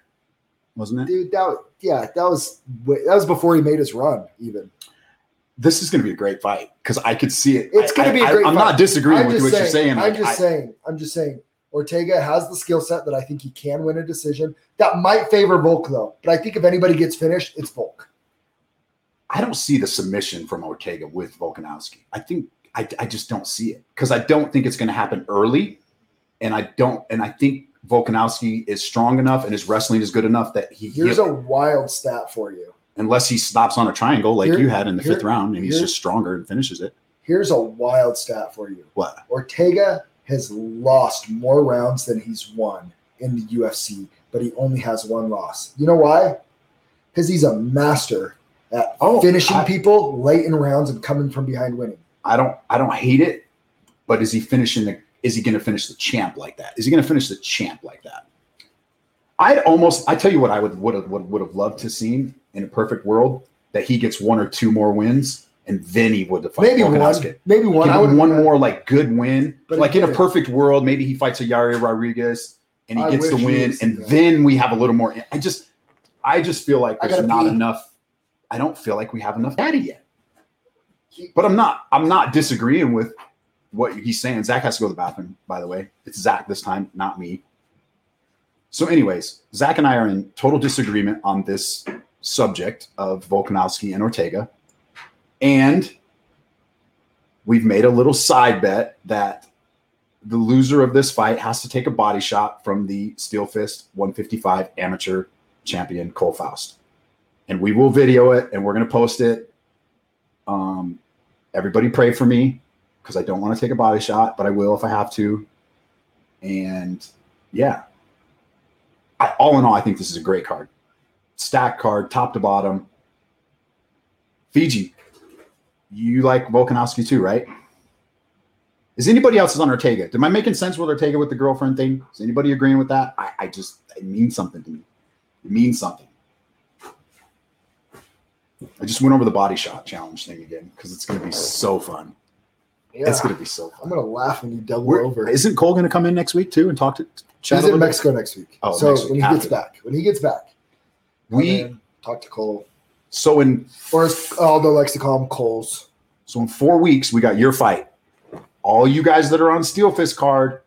S1: wasn't it?
S2: dude, that yeah, that was wa- that was before he made his run. Even
S1: This is going to be a great fight because I could see it.
S2: It's
S1: I-
S2: gonna
S1: I-
S2: be a
S1: I-
S2: great
S1: I'm
S2: fight.
S1: not disagreeing
S2: I'm
S1: with
S2: just
S1: what you're saying.
S2: I'm
S1: Like,
S2: just
S1: I-
S2: saying. I'm just saying. Ortega has the skill set that I think he can win a decision. That might favor Volk though, but I think if anybody gets finished, it's Volk.
S1: I don't see the submission from Ortega with Volkanovski. I think I, I just don't see it because I don't think it's going to happen early, and I don't and I think Volkanovski is strong enough and his wrestling is good enough that he
S2: Here's
S1: he'll-
S2: a wild stat for you.
S1: unless he stops on a triangle like
S2: Here-
S1: you had in the
S2: here-
S1: fifth round and he's
S2: here-
S1: just stronger and finishes it.
S2: Here's a wild stat for you.
S1: What?
S2: Ortega has lost more rounds than he's won in the UFC, but he only has one loss. You know why? Because he's a master at
S1: Oh,
S2: finishing
S1: I-
S2: people late in rounds and coming from behind winning.
S1: I don't I don't hate it, but is he finishing the is he going to finish the champ like that? Is he going to finish the champ like that? I'd almost I tell you what I would would have would, would have loved to seen in a perfect world that he gets one or two more wins and then he would have fought
S2: Maybe one,
S1: Volkanovski.
S2: maybe one.
S1: Give
S2: I would
S1: him one more like good win.
S2: But
S1: like in a
S2: again-
S1: perfect world, maybe he fights a Yari Rodriguez and he
S2: I
S1: gets the
S2: wish we
S1: win,
S2: would've seen
S1: and
S2: that.
S1: then we have a little more. I just I just feel like
S2: I
S1: there's
S2: gotta
S1: not
S2: pee.
S1: enough. I don't feel like we have enough daddy yet but I'm not I'm not disagreeing with what he's saying. Zach has to go to the bathroom, by the way. It's Zach this time, not me. So, anyways, Zach and I are in total disagreement on this subject of Volkanovski and Ortega. And we've made a little side bet that the loser of this fight has to take a body shot from the Steel Fist 155 amateur champion Cole Faust. And we will video it and we're going to post it. Um, everybody pray for me because I don't want to take a body shot, but I will if I have to. And yeah, I, all in all, I think this is a great card, stack card, top to bottom. Fiji, you like Volkanovski too, right? Is anybody else on Ortega? Am I making sense with Ortega with the girlfriend thing? Is anybody agreeing with that? I, I just it means something to me. It means something. I just went over the body shot challenge thing again because it's going to be so fun.
S2: Yeah.
S1: It's gonna be so fun.
S2: I'm gonna laugh when you double
S1: We're-
S2: over.
S1: Isn't Cole gonna come in next week too and talk to chat
S2: He's
S1: a
S2: in
S1: little bit?
S2: Mexico next week.
S1: Oh,
S2: so
S1: next week,
S2: when he
S1: after
S2: gets
S1: that.
S2: back, when he gets back, come
S1: We
S2: in, talk to Cole,
S1: so in
S2: or as Aldo likes to call him, Coles.
S1: so in four weeks we got your fight. All you guys that are on Steel Fist card,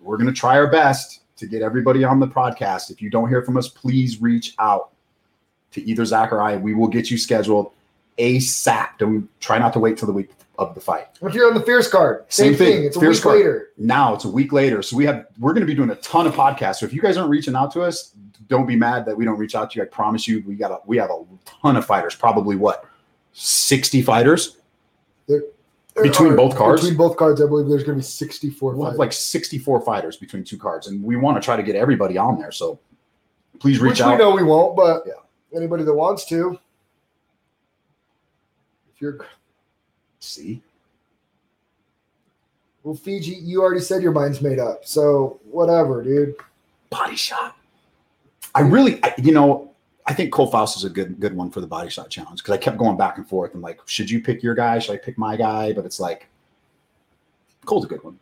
S1: we're gonna try our best to get everybody on the podcast. If you don't hear from us, please reach out to either Zach or I. We will get you scheduled. ASAP. Don't we try not to wait till the week of the fight.
S2: If you're on the fierce card, same,
S1: Same thing,
S2: thing. It's a
S1: Fierce
S2: week
S1: card.
S2: later.
S1: Now it's a week later, so we have we're going to be doing a ton of podcasts. So if you guys aren't reaching out to us, don't be mad that we don't reach out to you. I promise you, we got a, we have a ton of fighters. Probably what sixty fighters.
S2: There
S1: Between both cards?
S2: Between both cards, I believe there's going to be 64
S1: We'll have
S2: fights.
S1: like sixty-four fighters between two cards, and we want to try to get everybody on there. So please reach
S2: Which we
S1: out.
S2: know we won't, but
S1: Yeah.
S2: anybody that wants to, if you're
S1: See,
S2: well, Fiji, you already said your mind's made up, so whatever, dude.
S1: body shot. I really, I, you know, I think Cole Faust is a good good one for the body shot challenge because I kept going back and forth. I'm like, should you pick your guy? Should I pick my guy? But it's like, Cole's a good one.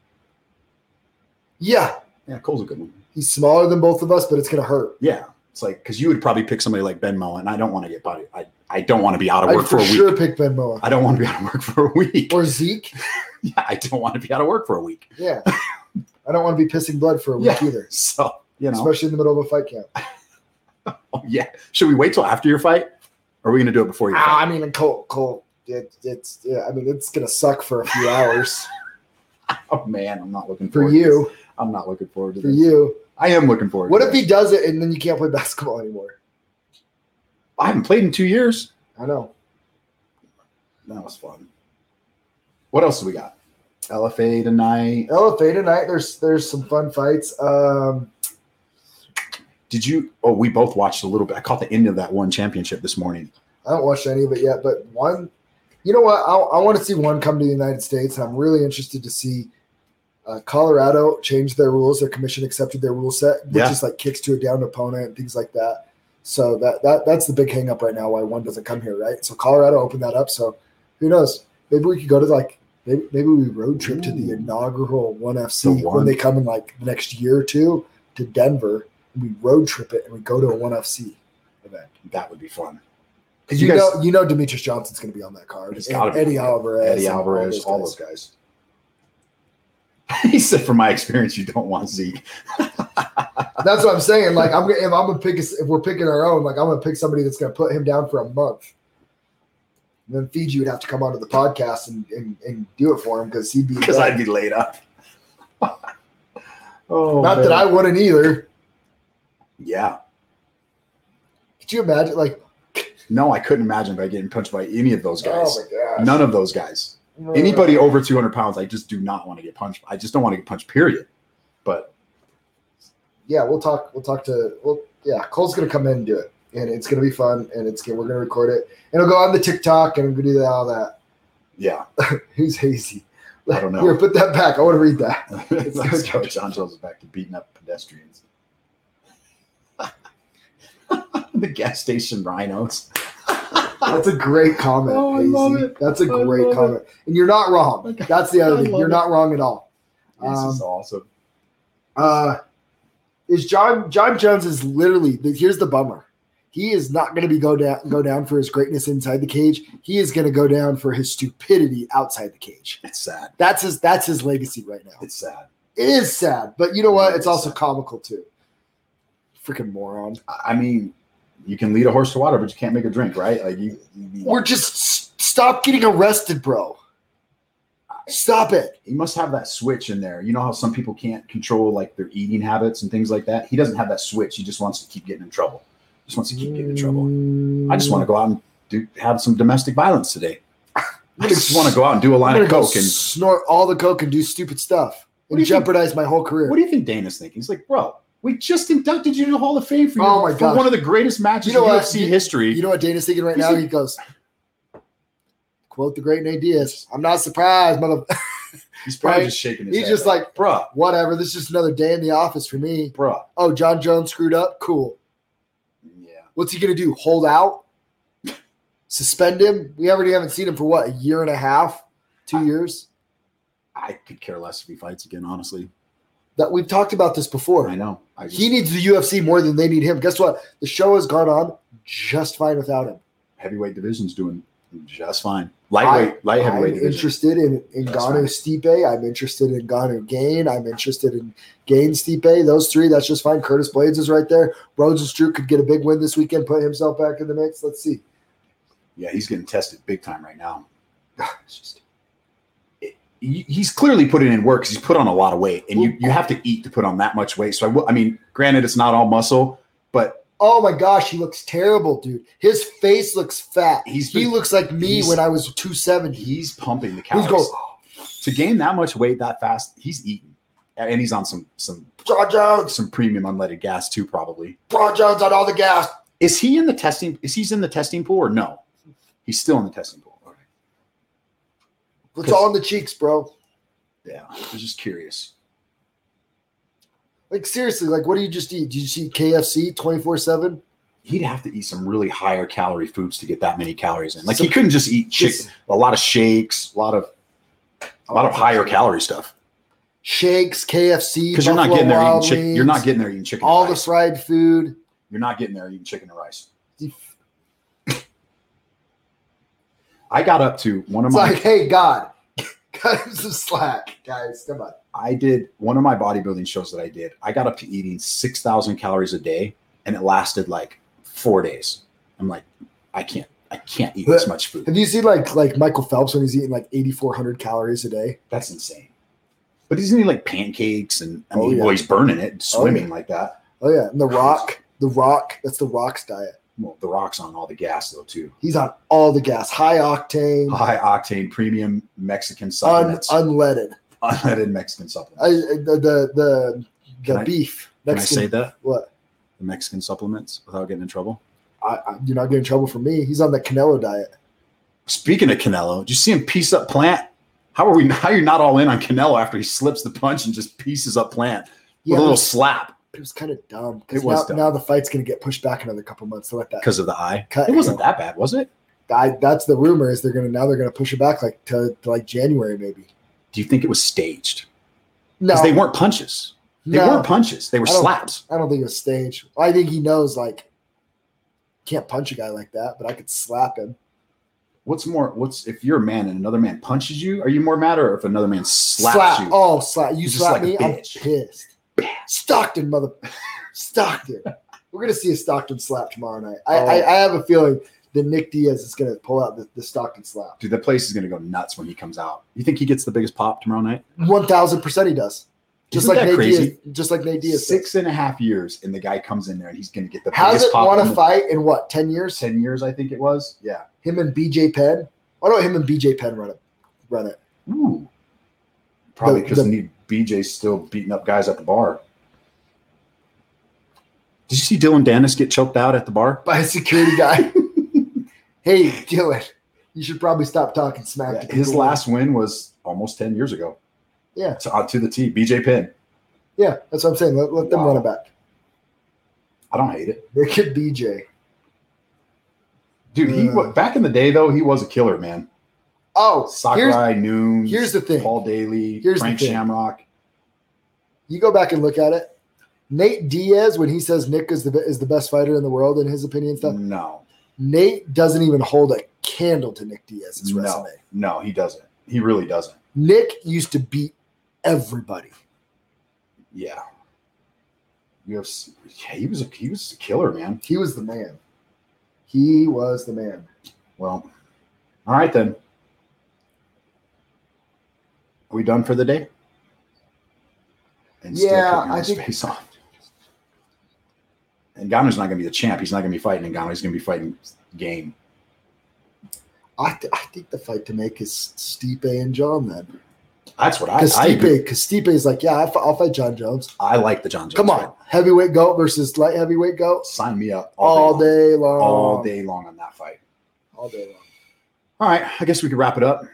S2: Yeah,
S1: Yeah, Cole's a good one.
S2: he's smaller than both of us, but it's going to hurt.
S1: Yeah, it's like because you would probably pick somebody like Ben Mo, and I don't want to get body. I I don't want to be out of
S2: I'd
S1: work for
S2: for
S1: a
S2: sure
S1: week.
S2: pick Ben Moa
S1: I don't want to be out of work for a week.
S2: or Zeke.
S1: Yeah, I don't want to be out of work for a week.
S2: Yeah, I don't want to be pissing blood for a week
S1: Yeah.
S2: either,
S1: So you know,
S2: especially in the middle of a fight camp.
S1: oh, yeah. Should we wait till after your fight? Or are we gonna do it before your
S2: Ah,
S1: fight?
S2: I mean, Cole, Cole, it, it's yeah, I mean, it's going to suck for a few hours
S1: Oh man, I'm not looking
S2: for
S1: forward To this.
S2: you,
S1: I'm not looking forward to
S2: for
S1: this.
S2: you.
S1: I am looking forward.
S2: What
S1: to
S2: if
S1: this.
S2: he does it and then you can't play basketball anymore?
S1: I haven't played in two years.
S2: I know.
S1: That was fun. What else do we got? LFA tonight.
S2: LFA tonight. There's there's some fun fights. Um,
S1: Did you? Oh, we both watched a little bit. I caught the end of that one championship this morning.
S2: I haven't watched any of it yet, but one. You know what? I, I want to see one come to the United States, and I'm really interested to see. Uh, Colorado changed their rules. Their commission accepted their rule set, which
S1: Yeah.
S2: is like kicks to a down opponent and things like that. So that that that's the big hang up right now why one doesn't come here, right? So Colorado opened that up. So who knows? Maybe we could go to like maybe, maybe we road trip to the
S1: Ooh.
S2: inaugural one
S1: The
S2: FC when
S1: one.
S2: they come in like the next year or two to Denver. And we road trip it and we go to a one FC event.
S1: That would be fun. Because
S2: You,
S1: you guys,
S2: know, you know, Demetrius Johnson's going to be on that card.
S1: It's
S2: And
S1: gotta be.
S2: Eddie Alvarez,
S1: Eddie
S2: and
S1: Alvarez, all
S2: guys.
S1: those guys. he said, "From my experience, you don't want Zeke."
S2: That's what I'm saying. Like, I'm gonna- if I'm gonna pick, a, if we're picking our own, like I'm gonna pick somebody that's gonna put him down for a month. And then Fiji would have to come onto the podcast and and, and do it for him because he'd be
S1: Because I'd be laid up. oh,
S2: not that I wouldn't either.
S1: Yeah,
S2: Could you imagine? Like,
S1: no, I couldn't imagine by getting punched by any of those guys.
S2: oh my gosh, Oh.
S1: None of those guys. Anybody over 200 pounds, I just do not want to get punched. I just don't want to get punched. Period. But
S2: Yeah, we'll talk. We'll talk to. Well, yeah, Cole's gonna come in and do it, and it's gonna be fun, and it's gonna, we're gonna record it, and it'll go on the TikTok, and we're gonna do all that.
S1: yeah,
S2: Who's hazy?
S1: I don't know.
S2: Here, put that back. I want to read that.
S1: let's go. John Jones is back to beating up pedestrians. the gas station rhinos.
S2: That's a great comment.
S1: Oh, I
S2: Daisy.
S1: love it.
S2: That's a
S1: I
S2: great
S1: love
S2: comment. And you're not wrong.
S1: Okay.
S2: That's the
S1: I
S2: other thing.
S1: love
S2: You're
S1: it.
S2: not wrong at all.
S1: This is
S2: Um,
S1: awesome.
S2: Uh, is John John Jones is literally here's the bummer. He is not going to be go down go down for his greatness inside the cage. He is going to go down for his stupidity outside the cage.
S1: It's sad.
S2: That's his that's his legacy right now.
S1: It's sad.
S2: It is sad, but you know what? It's also comical too. Freaking moron.
S1: I- I mean, you can lead a horse to water, but you can't make a drink, right? Like you, you-
S2: We're just s- stop getting arrested, bro. Stop it.
S1: he must have that switch in there. You know how some people can't control like their eating habits and things like that. He doesn't have that switch. He just wants to keep getting in trouble. Just wants to keep getting in trouble. I just want to go out and do have some domestic violence today. I just want to go out and do a
S2: I'm
S1: line
S2: gonna
S1: of
S2: go
S1: coke and
S2: snort all the coke and do stupid stuff
S1: What do
S2: and
S1: you think-
S2: jeopardize my whole career.
S1: What do you think Dana's thinking? He's like, bro, we just inducted you to the Hall of Fame for, your,
S2: Oh my
S1: for
S2: gosh.
S1: one of the greatest matches
S2: You know
S1: in
S2: what?
S1: UFC history.
S2: You know what Dana's thinking right
S1: He's
S2: now?
S1: like-
S2: he goes, "Quote the great Nate Diaz." I'm not surprised, mother.
S1: he's probably
S2: right?
S1: just shaking his
S2: He's
S1: head.
S2: just like,
S1: bruh,
S2: whatever. This is just another day in the office for me.
S1: bruh.
S2: Oh, John Jones screwed up. Cool.
S1: Yeah.
S2: What's he gonna do? Hold out? Suspend him? We already haven't seen him for what a year and a half, two years.
S1: I could care less if he fights again, honestly.
S2: That we've talked about this before.
S1: I know. I just,
S2: Oh, He needs the UFC more than they need him. Guess what? The show has gone on just fine without him.
S1: heavyweight division's doing just fine. Lightweight, light heavyweight
S2: I'm
S1: division.
S2: interested in in
S1: That's
S2: Ganu Stipe. I'm interested in Ganu Gain. I'm interested in Gain Stipe. Those three, that's just fine. Curtis Blades is right there. Rhodes and Stroop could get a big win this weekend, put himself back in the mix. Let's see.
S1: Yeah, he's getting tested big time right now. It's just, it- he- he's clearly putting in work 'cause he's put on a lot of weight, and you, you have to eat to put on that much weight. So I will. I mean, granted, it's not all muscle, but
S2: Oh my gosh, he looks terrible, dude. His face looks fat.
S1: He's
S2: he
S1: been-
S2: looks like me
S1: he's-
S2: when I was 270.
S1: he's pumping the
S2: He's
S1: calories
S2: going,
S1: to gain that much weight that fast. He's eating, and he's on some some
S2: John Jones,
S1: some premium unleaded gas too, probably.
S2: John Jones on all the gas.
S1: Is he in the testing? Is he's in the testing pool or no? He's still in the testing pool.
S2: It's all in the cheeks, bro.
S1: Yeah, I was just curious.
S2: Like seriously, like what do you just eat? Do you just eat KFC 24-7?
S1: He'd have to eat some really higher calorie foods to get that many calories in. Like
S2: So-
S1: he couldn't just eat chick, a lot of shakes, a lot of a lot of higher calorie stuff.
S2: Shakes, KFC,
S1: Because you're not
S2: Buffalo
S1: getting there eating
S2: Wild
S1: chicken. You're not
S2: Wings,
S1: getting there eating chicken.
S2: all
S1: and
S2: the
S1: rice.
S2: fried food.
S1: You're not getting there eating chicken and rice. I got up to one of
S2: It's
S1: my.
S2: like, hey God, cut him some slack, guys. Come on.
S1: I did one of my bodybuilding shows that I did. I got up to eating 6,000 calories a day and it lasted like four days. I'm like, I can't, I can't eat this much food.
S2: Have you seen like like Michael Phelps when he's eating like 8,400 calories a day?
S1: That's insane. But isn't he like pancakes and I mean,
S2: Oh, yeah.
S1: well, he's burning it, swimming like that.
S2: Oh yeah, and the Rock, the Rock. That's the Rock's diet.
S1: Well, the rock's on all the gas though, too.
S2: He's on all the gas, high octane,
S1: High octane premium Mexican
S2: un,
S1: supplements,
S2: unleaded.
S1: unleaded Mexican
S2: I, I-
S1: supplements.
S2: the the the,
S1: Can
S2: the
S1: I-
S2: beef.
S1: Can I say that?
S2: what?
S1: The Mexican supplements without getting in trouble?
S2: I, I, you're not getting in trouble for me. He's on the Canelo diet.
S1: Speaking of Canelo, did you see him piece up Plant? How are we? How are you not all in on Canelo after he slips the punch and just pieces up Plant with a
S2: Yeah, it
S1: little
S2: was,
S1: slap
S2: kind of dumb. 'cause
S1: It was
S2: now,
S1: dumb.
S2: now the fight's gonna get pushed back another couple months to let that.
S1: because of the eye?
S2: Cut.
S1: It wasn't that bad, was it?
S2: I, that's the rumor is they're gonna now they're gonna push it back like to, to like January maybe.
S1: Do you think it was staged?
S2: No,
S1: Because they weren't punches. They
S2: no,
S1: weren't punches. They were
S2: I don't-
S1: slaps.
S2: I don't think it was staged. I think he knows like can't punch a guy like that, but I could slap him.
S1: What's more? What's if you're a man and another man punches you? Are you more mad or if another man slaps
S2: slap.
S1: you?
S2: Oh, slap. You
S1: He's just
S2: slap
S1: like a
S2: me. I'm
S1: bitch.
S2: pissed. Stockton, mother. Stockton. We're going to see a Stockton slap tomorrow night. I,
S1: Oh.
S2: I, I have a feeling that Nick Diaz is going to pull out the, the Stockton slap.
S1: Dude, the place is gonna go nuts when he comes out. You think he gets the biggest pop tomorrow night?
S2: 1000% he does. Just
S1: Isn't
S2: like
S1: that
S2: Nate
S1: crazy?
S2: Diaz. Just like Nate Diaz.
S1: Six and a half years, and the guy comes in there and he's gonna get the
S2: How's
S1: biggest
S2: it
S1: pop.
S2: want
S1: in
S2: to
S1: the-
S2: fight in what, 10 years?
S1: Ten years, I think it was. Yeah.
S2: Him and BJ Penn? Why don't him and BJ Penn run it? Run it.
S1: Ooh. Probably
S2: The-
S1: because
S2: the-
S1: BJ's still beating up guys at the bar. Did you see Dylan Dennis get choked out at the bar?
S2: By a security guy. hey, Dylan, you should probably stop talking smack. to
S1: His
S2: people.
S1: last win was almost 10 years ago.
S2: Yeah.
S1: To, uh, to the T, BJ Penn.
S2: Yeah, that's what I'm saying. Let, let them
S1: Wow.
S2: run it back.
S1: I don't hate it.
S2: They could BJ.
S1: Dude, he
S2: Uh.
S1: wa- back in the day, though, he was a killer, man.
S2: Oh, here's,
S1: Sakurai, Noon,
S2: here's the thing.
S1: Paul Daly,
S2: Here's the
S1: Frank
S2: thing.
S1: Shamrock.
S2: You go back and look at it. Nate Diaz, when he says Nick is the is the best fighter in the world in his opinion, and stuff.
S1: No,
S2: Nate doesn't even hold a candle to Nick Diaz's
S1: No.
S2: resume.
S1: no, he doesn't. He really doesn't.
S2: Nick used to beat everybody.
S1: Yeah. UFC. Yeah, he was a he was a killer, man.
S2: He was the man. He was the man.
S1: Well, all right then. Are we done for the day? And still
S2: Yeah,
S1: kicking
S2: I
S1: his
S2: think-
S1: face off. And Gano's not going to be the champ. He's not going to be fighting Gano. He's going to be fighting Game.
S2: I, th- I think the fight to make is Stipe and John then.
S1: That's what I
S2: Because
S1: I, agree.
S2: Stipe, because Stipe is like, yeah, I'll, fi- I'll fight John Jones.
S1: I like the John Jones.
S2: Come
S1: fight.
S2: on, heavyweight goat versus light heavyweight goat.
S1: sign me up
S2: all
S1: long.
S2: day long.
S1: all day long on that fight.
S2: All day long.
S1: All right, I guess we could wrap it up.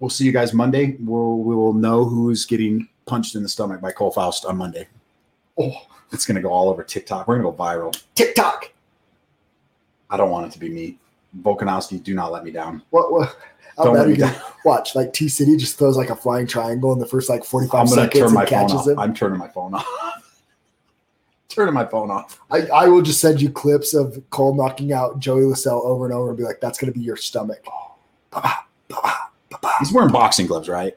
S1: We'll see you guys Monday. We'll we will know who's getting punched in the stomach by Cole Faust on Monday.
S2: Oh,
S1: It's going to go all over TikTok. We're going to go viral.
S2: TikTok.
S1: I don't want it to be me. Volkanovski, do not let me down.
S2: What? what
S1: Don't
S2: I'll
S1: let
S2: bet
S1: me
S2: you
S1: down.
S2: watch like T City just throws like a flying triangle in the first like forty
S1: I'm
S2: five
S1: gonna
S2: seconds
S1: turn my
S2: and
S1: phone off.
S2: catches him.
S1: I'm turning my phone off. turning my phone off.
S2: I, I will just send you clips of Cole knocking out Joey Lasell over and over and be like, "That's gonna be your stomach."
S1: Oh.
S2: Ba-ba, ba-ba, ba-ba.
S1: He's wearing boxing gloves, right?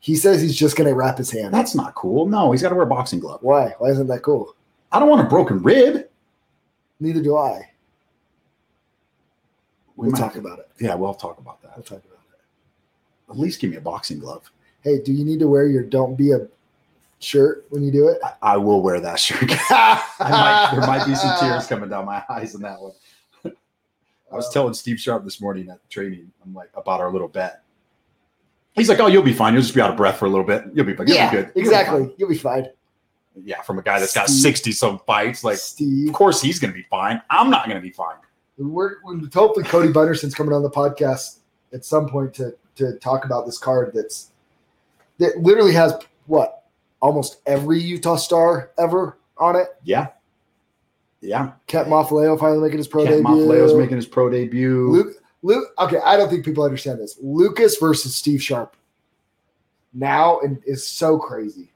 S2: He says he's just gonna wrap his hand.
S1: That's not cool. No, he's got to wear a boxing glove.
S2: Why? Why isn't that cool?
S1: I don't want a broken rib.
S2: Neither do I. We'll
S1: might
S2: talk
S1: have to-
S2: about it.
S1: Yeah, we'll talk about that.
S2: We'll talk about it.
S1: At least give me a boxing glove.
S2: Hey, do you need to wear your "Don't be a" shirt when you do it?
S1: I, I will wear that shirt.
S2: I
S1: I might, there might be some tears coming down my eyes in that one. I was telling Steve Sharp this morning at training, I'm like about our little bet. He's like, "Oh, you'll be fine. You'll just be out of breath for a little bit. You'll be fine. You'll
S2: yeah,
S1: be good. You'll be
S2: exactly. You'll be fine.
S1: fine." Yeah, from a guy that's got
S2: Steve.
S1: sixty some fights, like, of
S2: Steve,
S1: course he's gonna be fine. I'm not gonna be fine.
S2: we're, we're hopefully Cody Bunderson's coming on the podcast at some point to to talk about this card that's that literally has what almost every Utah star ever on it.
S1: Yeah, yeah.
S2: Ket Mafaleo finally making his pro
S1: Kent
S2: debut.
S1: Mafaleo's making his pro debut.
S2: Luke, Luke. Okay, I don't think people understand this. Lucas versus Steve Sharp now and is so crazy.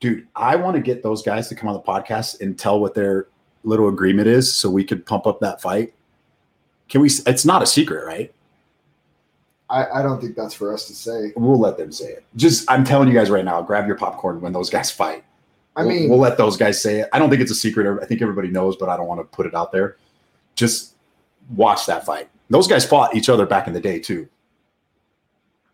S1: Dude, I want to get those guys to come on the podcast and tell what their little agreement is, so we could pump up that fight. Can we? s- It's not a secret, right?
S2: I, I don't think that's for us to say.
S1: We'll let them say it. Just, I'm telling you guys right now, grab your popcorn when those guys fight.
S2: I
S1: We'll-
S2: mean,
S1: we'll let those guys say it. I don't think it's a secret. I think everybody knows, but I don't want to put it out there. Just watch that fight. Those guys fought each other back in the day too.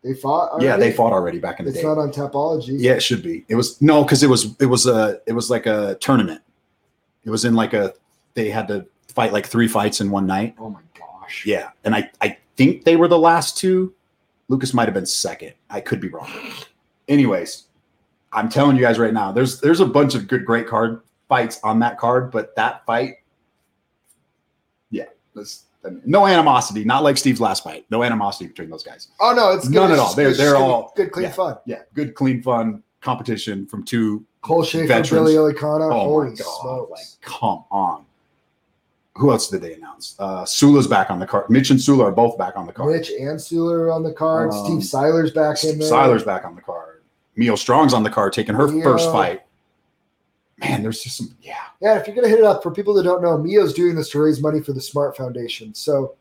S2: they fought.
S1: Yeah,
S2: already.
S1: they fought already back in the
S2: It's
S1: day.
S2: not on Tapology.
S1: yeah, it should be. It was no, because it was it was a it was like a tournament. It was in like a they had to fight like three fights in one night.
S2: Oh my gosh.
S1: Yeah, and I I think they were the last two. Lucas might have been second. I could be wrong. Anyways, I'm telling you guys right now, there's there's a bunch of good great card fights on that card, but that fight, yeah, that's I mean, no animosity. Not like Steve's last fight. No animosity between those guys.
S2: Oh no, it's
S1: None
S2: good.
S1: at all.
S2: It's
S1: They're-
S2: just
S1: they're
S2: gonna be
S1: all-
S2: good, clean
S1: yeah.
S2: fun.
S1: Yeah, good, clean, fun competition from two.
S2: Cole Schaefer,
S1: Veterans.
S2: Billy Olicano.
S1: Oh
S2: Holy
S1: my god!
S2: smokes!
S1: Like, come on. Who else did they announce? Uh, Sula's back on the card. Mitch and Sula are both back on the card.
S2: Rich and Suler are on the card.
S1: Um,
S2: Steve Seiler's back in there.
S1: Siler's back on the card. Mio Strong's on the card, taking her
S2: Mio.
S1: first fight. Man, there's just some. Yeah,
S2: Yeah, if you're gonna hit it up for people that don't know, Mio's doing this to raise money for the Smart Foundation. So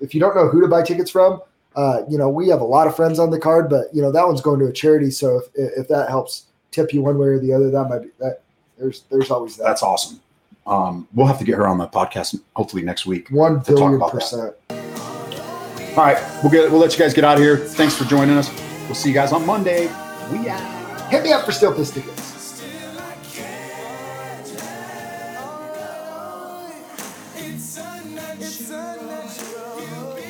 S2: if you don't know who to buy tickets from, uh, you know we have a lot of friends on the card, but you know that one's going to a charity. So if if that helps tip you one way or the other, that might be that. There's there's always that.
S1: that's awesome. Um, we'll have to get her on the podcast hopefully next week.
S2: one
S1: to talk
S2: billion
S1: about that.
S2: percent.
S1: All right, we'll get we'll let you guys get out of here. Thanks for joining us. We'll see you guys on Monday. We out.
S2: Hit me up for steel fist tickets.
S3: Still I can't let go. It's unnatural. You